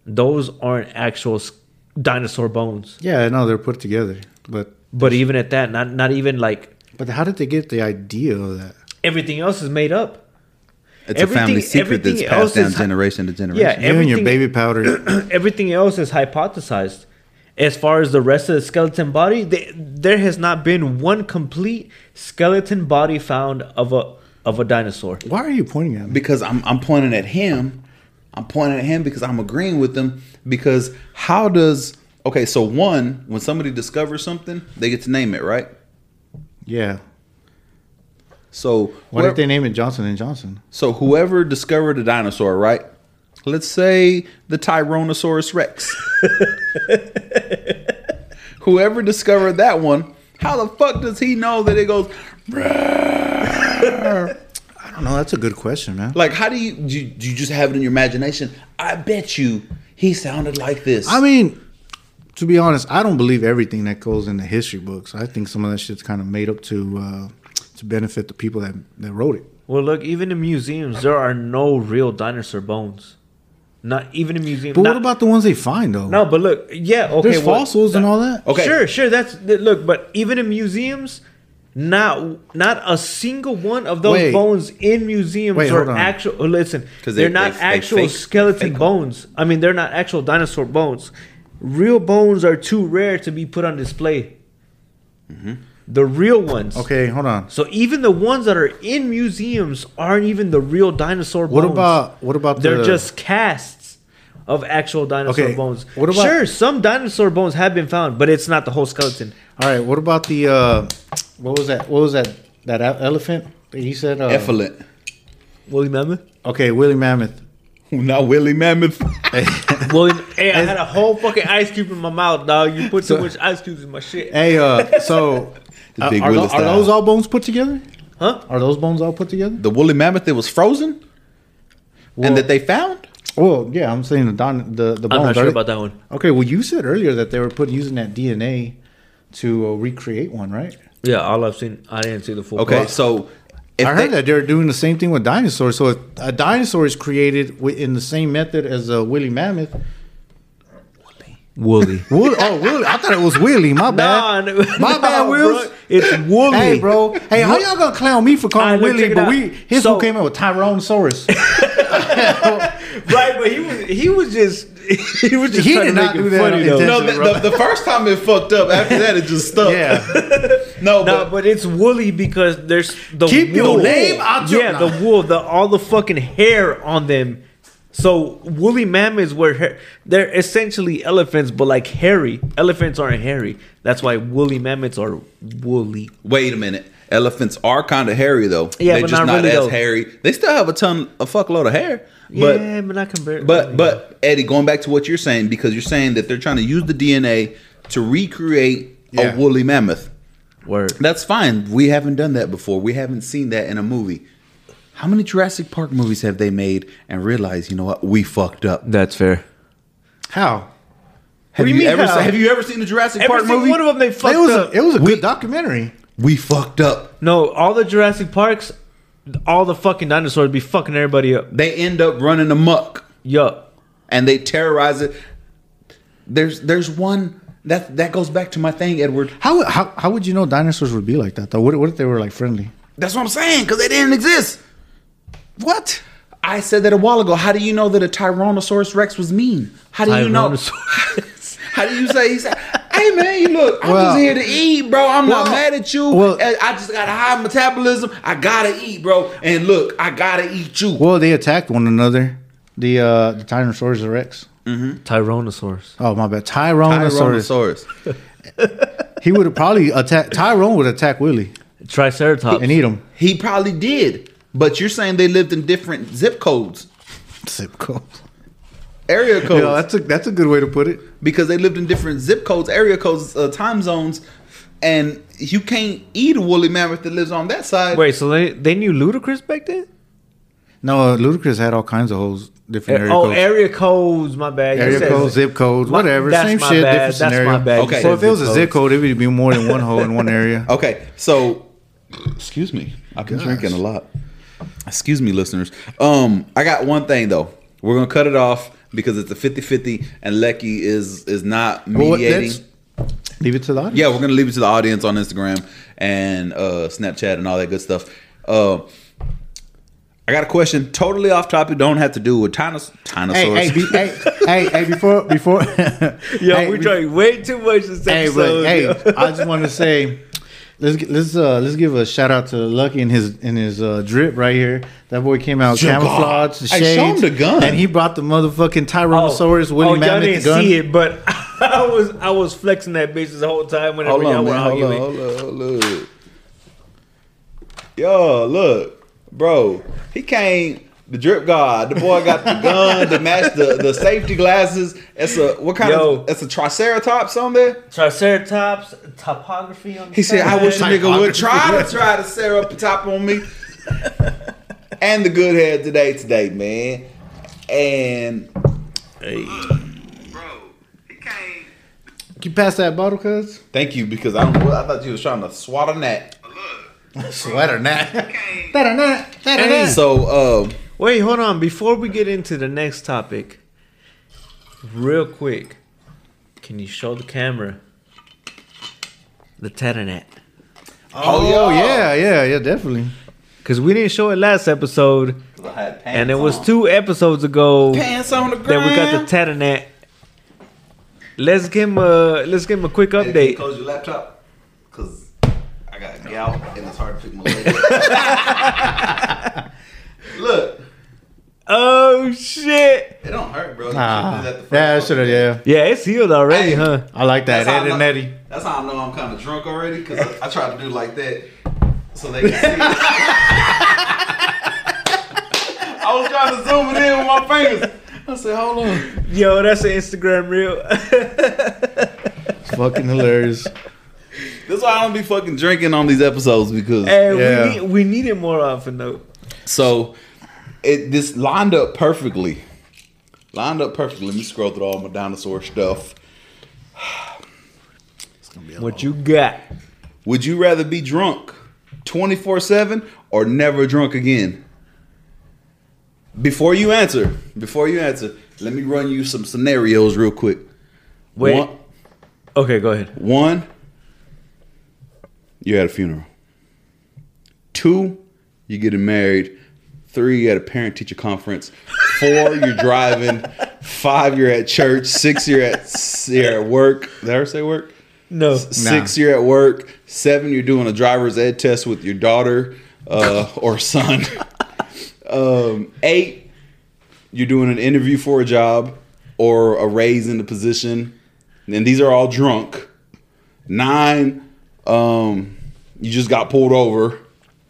Speaker 2: those aren't actual s- dinosaur bones.
Speaker 3: yeah, no, they're put together, but
Speaker 2: But even at that, not not even like
Speaker 3: but how did they get the idea of that?
Speaker 2: everything else is made up.
Speaker 1: It's a
Speaker 2: Everything-
Speaker 1: family secret that's
Speaker 2: everything else
Speaker 1: passed down
Speaker 2: is-
Speaker 1: generation to
Speaker 2: Yeah,
Speaker 1: generation.
Speaker 3: You and your
Speaker 2: everything-
Speaker 3: baby powder.
Speaker 2: everything else is hypothesized. As far as the rest of the skeleton body, they, there has not been one complete skeleton body found of a of a dinosaur.
Speaker 3: Why are you pointing at me?
Speaker 1: Because I'm I'm pointing at him. I'm pointing at him because I'm agreeing with him. Because how does okay? So one, when somebody discovers something, they get to name it, right?
Speaker 3: Yeah,
Speaker 1: So
Speaker 3: why
Speaker 1: whoever-
Speaker 3: did they name it Johnson and Johnson?
Speaker 1: so whoever discovered a dinosaur, right? Let's say the Tyrannosaurus Rex. whoever discovered that one, how the fuck does he know that it goes?
Speaker 3: I don't know. That's a good question, man.
Speaker 1: Like, how do you do? You, do you just have it in your imagination? I bet you he sounded like this.
Speaker 3: I mean, to be honest, I don't believe everything that goes in the history books. I think some of that shit's kind of made up to uh, to benefit the people that that wrote it.
Speaker 2: Well, look, even in museums, there are no real dinosaur bones. Not even in museums.
Speaker 3: But
Speaker 2: not-
Speaker 3: what about the ones they find though?
Speaker 2: no? But look, yeah, okay.
Speaker 3: there's
Speaker 2: well,
Speaker 3: fossils and all that.
Speaker 1: Okay.
Speaker 2: Sure, sure. That's th- look, but even in museums, not not a single one of those
Speaker 3: Wait.
Speaker 2: bones in museums
Speaker 3: Wait,
Speaker 2: are
Speaker 3: hold on.
Speaker 2: actual. oh, Listen,
Speaker 1: 'Cause
Speaker 2: they, are
Speaker 1: they-
Speaker 2: not
Speaker 1: they- they
Speaker 2: actual
Speaker 1: fake- they
Speaker 2: skeleton
Speaker 1: fake 'em.
Speaker 2: bones. I mean, they're not actual dinosaur bones. Real bones are too rare to be put on display. The real ones.
Speaker 3: Okay, hold on.
Speaker 2: So even the ones that are in museums aren't even the real dinosaur
Speaker 3: What
Speaker 2: bones.
Speaker 3: about what about
Speaker 2: They're
Speaker 3: the,
Speaker 2: just casts of actual dinosaur
Speaker 3: Okay,
Speaker 2: bones.
Speaker 3: what about-
Speaker 2: sure, some dinosaur bones have been found, but it's not the whole skeleton.
Speaker 3: all right? What about the uh, what was that? What was that? That e- elephant? that He said. Uh,
Speaker 1: Effluent.
Speaker 2: Well, remember?
Speaker 3: Okay, Willie Mammoth.
Speaker 1: Not Willie Mammoth.
Speaker 2: Well, hey, I had a whole fucking ice cube in my mouth, dog. You put too
Speaker 3: So-
Speaker 2: much ice cubes in my shit.
Speaker 3: Hey, uh, so
Speaker 1: The
Speaker 3: uh,
Speaker 1: big
Speaker 3: are,
Speaker 1: Willie
Speaker 3: tho- are
Speaker 1: style.
Speaker 3: those all bones put together?
Speaker 2: Huh?
Speaker 3: Are those bones all put together?
Speaker 1: the woolly mammoth that was frozen and that they found.
Speaker 3: Well, yeah, I'm saying the don, the the bones.
Speaker 2: I'm not sure
Speaker 3: are-
Speaker 2: about that one.
Speaker 3: Okay, well, you said earlier that they were put using that DNA to uh, recreate one, right?
Speaker 2: Yeah, all I've seen, I didn't see the full.
Speaker 1: Okay, so if
Speaker 3: I
Speaker 1: they,
Speaker 3: heard that they're doing the same thing with dinosaurs. So if a dinosaur is created wi- in the same method as a woolly mammoth.
Speaker 2: Woolly.
Speaker 3: Wool, oh, woolly! I thought it was Willy. My
Speaker 2: Nah,
Speaker 3: bad.
Speaker 2: no,
Speaker 3: My bad,
Speaker 2: no,
Speaker 3: Wills.
Speaker 2: bro. It's woolly.
Speaker 3: Hey, bro. Hey, how y'all gonna clown me for
Speaker 2: All
Speaker 3: calling
Speaker 2: right, look, check it
Speaker 3: Willy? But
Speaker 2: out.
Speaker 3: we his
Speaker 2: So-
Speaker 3: who came out with Tyrannosaurus.
Speaker 2: right, but he was he was just he was just
Speaker 3: He
Speaker 2: trying
Speaker 3: did
Speaker 2: to
Speaker 3: not
Speaker 2: make
Speaker 3: do
Speaker 2: it
Speaker 3: that
Speaker 2: funny
Speaker 3: on
Speaker 2: though.
Speaker 3: intent.
Speaker 1: no, the, the, the first time it fucked up. After that, it just stuck.
Speaker 3: yeah.
Speaker 1: No,
Speaker 2: No,
Speaker 1: but,
Speaker 2: but it's woolly because there's the
Speaker 3: Keep your
Speaker 2: wool.
Speaker 3: name out your-
Speaker 2: yeah the wool the all the fucking hair on them. So woolly mammoths were hair, they're essentially elephants, but like hairy. Elephants aren't hairy. That's why woolly mammoths are woolly.
Speaker 1: wait a minute. Elephants are kind of hairy though.
Speaker 2: Yeah,
Speaker 1: They're
Speaker 2: but
Speaker 1: just
Speaker 2: not
Speaker 1: not,
Speaker 2: really,
Speaker 1: as
Speaker 2: though.
Speaker 1: hairy. They still have a ton, a fuckload of hair. But
Speaker 2: yeah, but not compared.
Speaker 1: But but Eddie, going back to what you're saying, because you're saying that they're trying to use the DNA to recreate
Speaker 3: Yeah.
Speaker 1: a woolly mammoth.
Speaker 2: word.
Speaker 1: That's fine. We haven't done that before. We haven't seen that in a movie. How many Jurassic Park movies have they made and realized, you know what, we fucked up?
Speaker 2: That's fair.
Speaker 3: How?
Speaker 1: Have
Speaker 2: do
Speaker 1: you,
Speaker 2: you mean
Speaker 1: ever
Speaker 2: how?
Speaker 1: have you ever seen the Jurassic
Speaker 2: Every
Speaker 1: Park
Speaker 2: single
Speaker 1: movie?
Speaker 2: one of them they fucked
Speaker 3: It was
Speaker 2: up.
Speaker 3: a, it was a good documentary.
Speaker 1: we fucked up.
Speaker 2: No, all the Jurassic Parks, all the fucking dinosaurs be fucking everybody up.
Speaker 1: They end up running amok
Speaker 2: Yup.
Speaker 1: and they terrorize it. There's there's one that that goes back to my thing, Edward.
Speaker 3: How, how how would you know dinosaurs would be like that though? What, what if they were like friendly?
Speaker 1: That's what I'm saying, because they didn't exist. What? I said that a while ago. How do you know that a Tyrannosaurus Rex was mean? How do you know?
Speaker 2: Tyrannosaurus.
Speaker 1: How do you say he said, "Hey man, you look, I'm
Speaker 3: Well-
Speaker 1: just here to eat, bro. I'm not
Speaker 3: Well-
Speaker 1: mad at you.
Speaker 3: well-
Speaker 1: I I just got a high metabolism. I gotta eat, bro. And look, I gotta eat you."
Speaker 3: Well, they attacked one another. The uh the Tyrannosaurus Rex.
Speaker 2: Tyrannosaurus.
Speaker 3: Oh my bad, Tyrannosaurus. He would have probably attacked. Tyrone would attack Willie
Speaker 2: Triceratops.
Speaker 3: and eat him.
Speaker 1: He probably did, but you're saying they lived in different zip codes,
Speaker 3: Zip code.
Speaker 1: area codes,
Speaker 3: Yeah, that's a that's a good way to put it.
Speaker 1: because they lived in different zip codes, area codes, uh, time zones, and you can't eat a woolly mammoth that lives on that side.
Speaker 2: Wait, so they, they knew Ludacris back then?
Speaker 3: No, uh, Ludacris had all kinds of holes, different area
Speaker 2: oh,
Speaker 3: codes.
Speaker 2: area codes. My bad. You
Speaker 3: Area
Speaker 2: said-
Speaker 3: codes, zip codes,
Speaker 2: My-
Speaker 3: whatever.
Speaker 2: that's
Speaker 3: Same
Speaker 2: my
Speaker 3: shit,
Speaker 2: bad,
Speaker 3: different
Speaker 2: that's my
Speaker 3: scenario.
Speaker 2: bad, you
Speaker 1: Okay.
Speaker 3: So
Speaker 1: said
Speaker 3: if it was
Speaker 2: zip
Speaker 3: a zip
Speaker 2: codes.
Speaker 3: code, it would be more than one hole in one area.
Speaker 1: Okay, so excuse me, I've been drinking a lot. Excuse me, listeners. Um, I got one thing though. We're gonna cut it off because it's a 50-50 and Lecky is is not
Speaker 3: Well, what-
Speaker 1: mediating.
Speaker 3: that's- Leave it to the audience.
Speaker 1: yeah, we're gonna leave it to the audience on Instagram and uh, Snapchat and all that good stuff. Uh, I got a question, totally off topic. Don't have to do with dinos-
Speaker 3: Hey,
Speaker 1: dinosaurs.
Speaker 3: hey, be, hey, hey, hey, before, before,
Speaker 2: Yo,
Speaker 3: hey,
Speaker 2: we
Speaker 3: be-
Speaker 2: drank way too much this
Speaker 3: Hey,
Speaker 2: episode.
Speaker 3: but hey, I just want to say, let's gi- let's uh let's give a shout out to Lucky and his and his uh, drip right here. That boy came out
Speaker 1: Your God.
Speaker 3: camouflaged, the
Speaker 1: Hey, show him
Speaker 3: shades,
Speaker 1: the gun.
Speaker 3: and he brought the motherfucking Tyrannosaurus, Willie
Speaker 2: Oh, y'all
Speaker 3: Mammoth
Speaker 2: didn't
Speaker 3: gun.
Speaker 2: see it, but I was I was flexing that bitch the whole time
Speaker 1: Hold
Speaker 2: whenever y'all
Speaker 1: on,
Speaker 2: were
Speaker 1: man. Hold on,
Speaker 2: arguing.
Speaker 1: hold on, hold on. Yo, look, bro. He came. The drip god. The boy got the gun to match the, the safety glasses. That's a what kind
Speaker 2: Yo.
Speaker 1: of? That's a triceratops on there.
Speaker 2: Triceratops, topography on the
Speaker 1: He said, "I
Speaker 2: side.
Speaker 1: wish a nigga would try to try to set up the top on me." and the good head today, today, man. And
Speaker 4: Bro, he came.
Speaker 3: Can you pass that bottle, cuz?
Speaker 1: thank you because I don't. I thought you was trying to swat a gnat.
Speaker 3: Sweater, nah.
Speaker 4: Came.
Speaker 1: So, um,
Speaker 2: Wait, hold on. Before we get into the next topic, real quick, can you show the camera the Tetanet?
Speaker 3: Oh, yeah, yeah, yeah, definitely.
Speaker 2: Because we didn't show it last episode,
Speaker 1: I had pants
Speaker 2: and it was
Speaker 1: on.
Speaker 2: two episodes ago
Speaker 1: pants on the
Speaker 2: that
Speaker 1: ground.
Speaker 2: we got the Tetanet. Let's give him a let's give him a quick
Speaker 1: Hey, can you
Speaker 2: update.
Speaker 1: Close your laptop, cause I got a gout and it's hard to pick my leg. up. Look,
Speaker 2: Oh shit!
Speaker 1: it don't hurt, bro. You
Speaker 3: Ah,
Speaker 1: should do that the first
Speaker 3: yeah, I
Speaker 1: fucking
Speaker 3: should have.
Speaker 1: day.
Speaker 3: Yeah,
Speaker 2: Yeah, it's healed already,
Speaker 1: Hey.
Speaker 2: huh?
Speaker 3: I like that.
Speaker 1: how I
Speaker 3: Ed and
Speaker 1: know-
Speaker 3: Eddie.
Speaker 1: That's how I know I'm kind of drunk already, cause I, I try to do like that so they can see. it. I was trying to zoom it in with my fingers. I said, hold on.
Speaker 2: Yo, that's an Instagram reel.
Speaker 3: It's fucking hilarious.
Speaker 1: That's why I don't be fucking drinking on these episodes because
Speaker 2: hey,
Speaker 3: Yeah.
Speaker 2: we, need, we need it more often though.
Speaker 1: so it this lined up perfectly. Lined up perfectly. Let me scroll through all my dinosaur stuff.
Speaker 2: What you got?
Speaker 1: Would you rather be drunk 24/7 or never drunk again? Before you answer, before you answer, let me run you some scenarios real quick.
Speaker 2: Wait.
Speaker 1: One,
Speaker 2: Okay, go ahead.
Speaker 1: one you're at a funeral. Two, you're getting married. Three, you're at a parent teacher conference. Four, you're driving. Five, you're at church. Six, you're at you're at work. Did I ever say work?
Speaker 2: No.
Speaker 1: Six, you're at work. Seven, you're doing a driver's ed test with your daughter uh, or son. um, eight, you're doing an interview for a job or a raise in the position. And these are all drunk. Nine, um, you just got pulled over.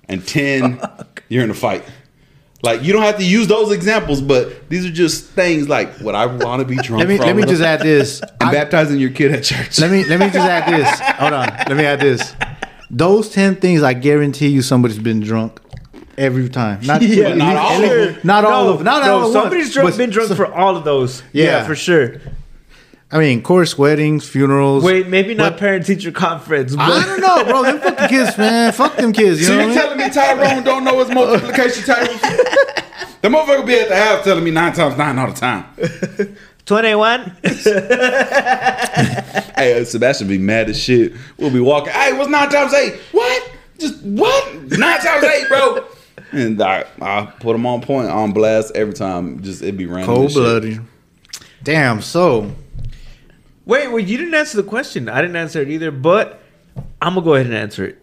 Speaker 1: And 10, you're in a fight. Like, you don't have to use those examples, but these are just things like what I want to be drunk
Speaker 3: Let me
Speaker 1: from.
Speaker 3: let me just add this.
Speaker 1: and
Speaker 3: I-
Speaker 1: baptizing your kid at church.
Speaker 3: let me let me just add this. Hold on. Let me add this. Those ten things, I guarantee you, somebody's been drunk every time. Not
Speaker 2: Yeah,
Speaker 1: But not
Speaker 3: at
Speaker 1: all
Speaker 3: least-
Speaker 1: of them.
Speaker 3: Not all
Speaker 2: no,
Speaker 3: of not
Speaker 2: no,
Speaker 3: all of them.
Speaker 2: somebody's drunk,
Speaker 3: But
Speaker 2: been drunk
Speaker 3: so-
Speaker 2: for all of those. Yeah.
Speaker 3: Yeah.
Speaker 2: for sure.
Speaker 3: I mean, of course, weddings, funerals.
Speaker 2: Wait, maybe not
Speaker 3: But-
Speaker 2: parent teacher conference, but
Speaker 3: I don't know, bro. Them fucking kids, man. Fuck them kids. You
Speaker 1: So
Speaker 3: know
Speaker 1: you
Speaker 3: what I mean?
Speaker 1: telling me Tyrone don't know his multiplication tables? the motherfucker be at the house telling me nine times nine all the time.
Speaker 2: 21.
Speaker 1: Hey, uh, Sebastian be mad as shit. We'll be walking. Hey, what's nine times eight? What? Just what? Nine times eight, bro. And I, I put him on point, on blast every time. Just it'd be random. Cold
Speaker 3: Cold
Speaker 1: blooded.
Speaker 3: blooded. Damn. So
Speaker 2: Wait, well, you didn't answer the question. I didn't answer it either, but I'm gonna go ahead and answer it.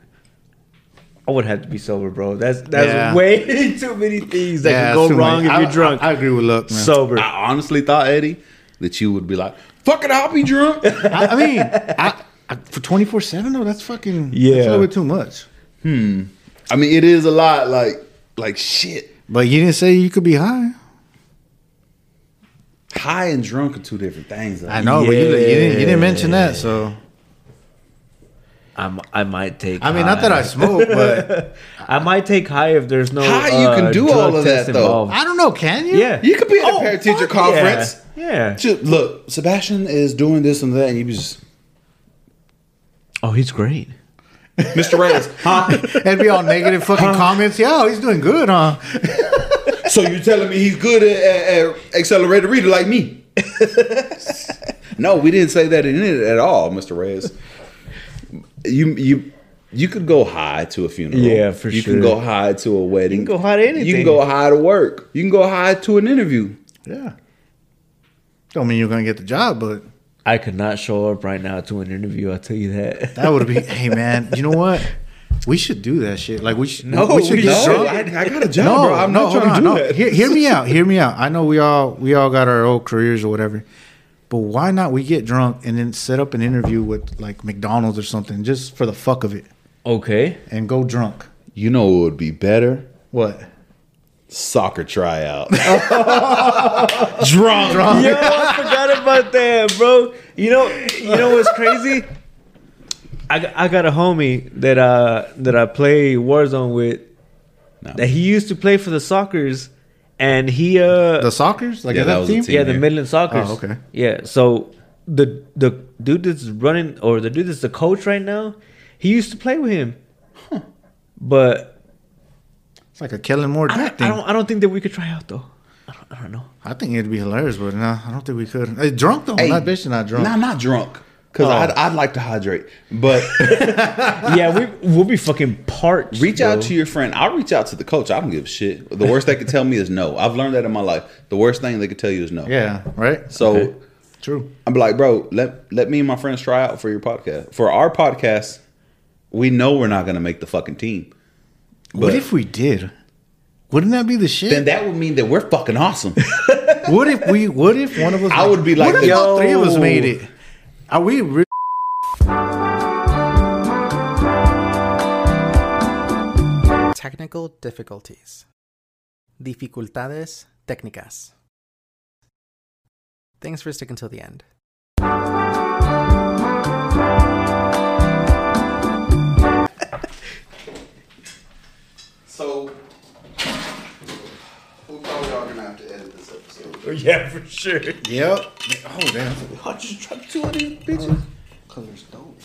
Speaker 2: I would have to be sober, bro. That's that's
Speaker 3: Yeah.
Speaker 2: way too many things that
Speaker 3: yeah,
Speaker 2: can go
Speaker 3: it's too
Speaker 2: wrong if
Speaker 3: much. I-
Speaker 2: you're drunk.
Speaker 3: I, I agree with Luck, man.
Speaker 2: sober.
Speaker 1: I honestly thought Eddie that you would be like, "Fuck it, I'll be drunk."
Speaker 3: I, I mean, I, I, for twenty four seven though, that's fucking
Speaker 2: Yeah.
Speaker 3: that's a little bit too much.
Speaker 1: I mean, it is a lot. Like, like shit.
Speaker 3: But you didn't say you could be high.
Speaker 1: High and drunk are two different things. though.
Speaker 3: I know, but you, you didn't you didn't mention that. So
Speaker 2: I'm, I might take.
Speaker 3: I mean, not that I
Speaker 2: high.
Speaker 3: smoke, but
Speaker 2: I might take high if there's no.
Speaker 1: High, you
Speaker 2: uh,
Speaker 1: can do
Speaker 2: drug
Speaker 1: all of
Speaker 2: test
Speaker 1: that, though.
Speaker 2: involved.
Speaker 3: I don't know. Can you?
Speaker 2: Yeah,
Speaker 1: You could be at a
Speaker 2: Oh,
Speaker 1: parent teacher
Speaker 2: fuck
Speaker 1: conference.
Speaker 2: Yeah. yeah.
Speaker 1: Just, look, Sebastian is doing this and that, and you just,
Speaker 2: Oh, he's great.
Speaker 1: Mr. Reyes, huh?
Speaker 3: It'd be all negative fucking comments. Yeah, he's doing good, huh?
Speaker 1: So you telling me he's good at, at, at accelerated reader like me? no, we didn't say that in it at all, Mr. Reyes. You you you could go high to a funeral.
Speaker 2: Yeah, for
Speaker 1: you You
Speaker 2: sure.
Speaker 1: can go high to a wedding. You
Speaker 2: can go high to
Speaker 1: You can
Speaker 2: anything.
Speaker 1: go high to work. You can go high to an interview.
Speaker 3: Yeah. Don't mean you're gonna get the job, but
Speaker 2: I could not show up right now to an interview. I'll tell you that.
Speaker 3: that would be. hey, man, you know what? We should do that shit. Like we should.
Speaker 2: No,
Speaker 3: oh, we should
Speaker 2: we
Speaker 3: get
Speaker 2: shouldn't.
Speaker 3: drunk.
Speaker 1: No, I, I got a job,
Speaker 3: No,
Speaker 1: bro. I'm
Speaker 3: no,
Speaker 1: not
Speaker 3: hold
Speaker 1: trying to
Speaker 3: on,
Speaker 1: do
Speaker 3: no.
Speaker 1: that.
Speaker 3: Hear, hear me out. Hear me out. I know we all we all got our old careers or whatever, but why not we get drunk and then set up an interview with like McDonald's or something just for the fuck of it
Speaker 2: Okay.
Speaker 3: and go drunk?
Speaker 1: You know what would be better?
Speaker 3: What?
Speaker 1: Soccer tryout. Drunk.
Speaker 2: Yo, I forgot about that, bro. You know, you know what's crazy? I, got- I got a homie that uh that I play Warzone with.
Speaker 1: No.
Speaker 2: That he used to play for the Sockers, and he uh
Speaker 3: The Sockers? Like
Speaker 1: Yeah,
Speaker 3: is
Speaker 1: that was a team.
Speaker 2: yeah the
Speaker 1: here.
Speaker 2: Midland Sockers.
Speaker 3: Oh, okay.
Speaker 2: Yeah, so the the dude that's running or the dude that's the coach right now, he used to play with him, but
Speaker 3: It's like a Kellen Moore
Speaker 2: I
Speaker 3: Jack
Speaker 2: don't, I
Speaker 3: thing.
Speaker 2: don't I don't think that we could try out though. I don't, I don't know.
Speaker 3: I think it'd be hilarious, but no, I don't think we could. Hey, drunk though.
Speaker 1: Hey,
Speaker 3: not bitch, not drunk.
Speaker 1: Nah, not drunk. Cause
Speaker 3: Oh.
Speaker 1: I'd, I'd like to hydrate, but
Speaker 2: yeah, we we'll be fucking parched.
Speaker 1: reach
Speaker 2: bro.
Speaker 1: out to your friend. I'll reach out to the coach. I don't give a shit. The worst they can tell me is no. I've learned that in my life. The worst thing they can tell you is no.
Speaker 3: Yeah, right.
Speaker 1: So
Speaker 3: True.
Speaker 1: I'm like, bro, let let me and my friends try out for your podcast. For our podcast, we know we're not gonna make the fucking team.
Speaker 3: what
Speaker 1: But-
Speaker 3: if we did? Wouldn't that be the shit?
Speaker 1: Then that would mean that we're fucking awesome.
Speaker 3: What if we? What if one of us?
Speaker 1: I would be like,
Speaker 3: what if all
Speaker 1: yo.
Speaker 3: three of us made it? Are we? Re-
Speaker 6: Technical difficulties. Dificultades técnicas. Thanks for sticking till the end.
Speaker 8: So, we probably are gonna have to edit this episode.
Speaker 2: Yeah, for sure.
Speaker 3: Yep. Oh damn! I just dropped two of these bitches. Cause they're stolen.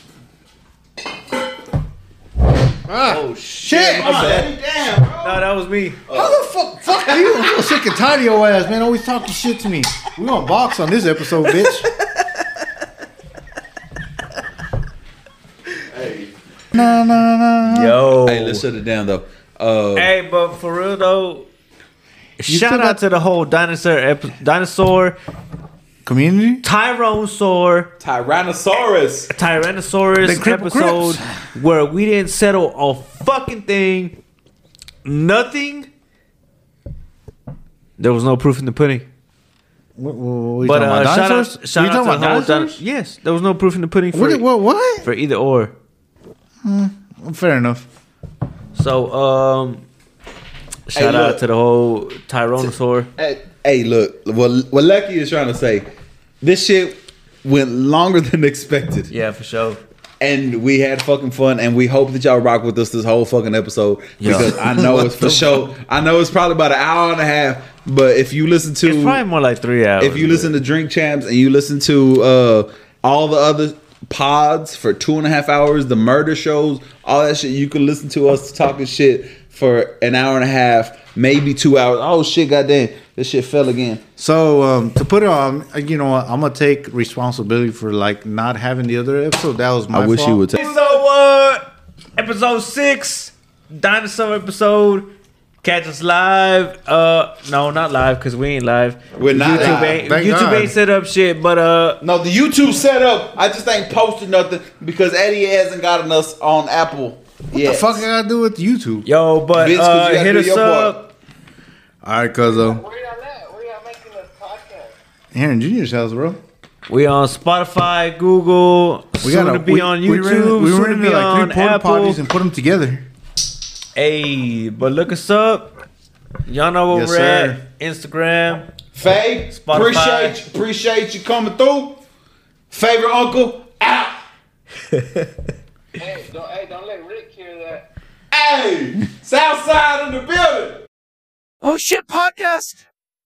Speaker 3: Ah,
Speaker 2: Oh shit! No, Oh, that was me.
Speaker 3: How the fuck? Fuck you! I'm sick and tired of your ass, man. Always talking shit to me. We gonna box on this episode, bitch.
Speaker 8: Hey,
Speaker 3: na na na.
Speaker 2: Yo.
Speaker 1: Hey, let's shut it down though. Uh,
Speaker 2: Hey, but for real though, shout
Speaker 3: still
Speaker 2: out
Speaker 3: got-
Speaker 2: to the whole dinosaur, ep- dinosaur,
Speaker 3: Community.
Speaker 2: Tyrannosaur,
Speaker 1: Tyrannosaurus.
Speaker 2: Tyrannosaurus
Speaker 3: They cripple
Speaker 2: episode where we didn't settle a fucking thing, nothing. There was no proof in the pudding.
Speaker 3: What, what, what,
Speaker 2: But uh, shout
Speaker 3: dinosaurs?
Speaker 2: out, shout
Speaker 3: you
Speaker 2: out to
Speaker 3: talking
Speaker 2: the
Speaker 3: about
Speaker 2: whole
Speaker 3: dinosaurs?
Speaker 2: dinosaur. Yes, there was no proof in the pudding for,
Speaker 3: What, what? What?
Speaker 2: for either or.
Speaker 3: Fair enough.
Speaker 2: So, um, shout out
Speaker 1: look.
Speaker 2: to the whole Tyrannosaur.
Speaker 1: Hey, hey, look. Well, what Lucky is trying to say, this shit went longer than expected.
Speaker 2: Yeah, for sure.
Speaker 1: And we had fucking fun, and we hope that y'all rock with us this whole fucking episode
Speaker 2: Yeah.
Speaker 1: because I know it's for sure. I know it's probably about an hour and a half, but if you listen to,
Speaker 2: It's probably more like three hours.
Speaker 1: if you listen to Drink Champs and you listen to uh, all the other pods for two and a half hours, the murder shows, all that shit, you can listen to us talking shit for an hour and a half, maybe two hours. Oh shit, goddamn, this shit fell again.
Speaker 3: So um, to put it on, you know, what, I'm gonna take responsibility for like not having the other episode. That was my.
Speaker 1: I wish
Speaker 3: fault.
Speaker 1: you would. T-
Speaker 2: So what? Episode six, dinosaur episode. Catch us live. Uh, no, not live because we ain't live.
Speaker 1: We're not
Speaker 2: YouTube
Speaker 1: live.
Speaker 2: ain't
Speaker 3: Thank
Speaker 2: YouTube
Speaker 3: God.
Speaker 2: ain't set up shit, but uh,
Speaker 1: no, the YouTube setup. I just ain't posted nothing because Eddie hasn't gotten us on Apple.
Speaker 3: What
Speaker 1: Yeah,
Speaker 3: the fuck I gotta do with YouTube?
Speaker 2: yo, but
Speaker 1: Vince, 'cause
Speaker 2: uh,
Speaker 1: you gotta
Speaker 2: hit
Speaker 1: do
Speaker 2: us
Speaker 1: your part.
Speaker 2: up.
Speaker 3: All right, cuz um,
Speaker 4: Where y'all at? Where y'all making this podcast?
Speaker 3: Aaron Junior's house, bro.
Speaker 2: We on Spotify, Google. We
Speaker 3: got
Speaker 2: soon to be on
Speaker 3: we ran-
Speaker 2: YouTube.
Speaker 3: We
Speaker 2: soon
Speaker 3: ran
Speaker 2: to be
Speaker 3: into
Speaker 2: on
Speaker 3: like three porta
Speaker 2: Apple.
Speaker 3: potties and put them together.
Speaker 2: hey, but look us up. Y'all know where
Speaker 3: Yes,
Speaker 2: we're
Speaker 3: sir.
Speaker 2: at. Instagram.
Speaker 1: Faye,
Speaker 2: Spotify.
Speaker 1: appreciate you, appreciate you coming through. Favorite uncle out.
Speaker 4: Hey, don't, hey, don't let Rick hear that.
Speaker 1: Hey, Southside in the building.
Speaker 6: Oh shit, podcast!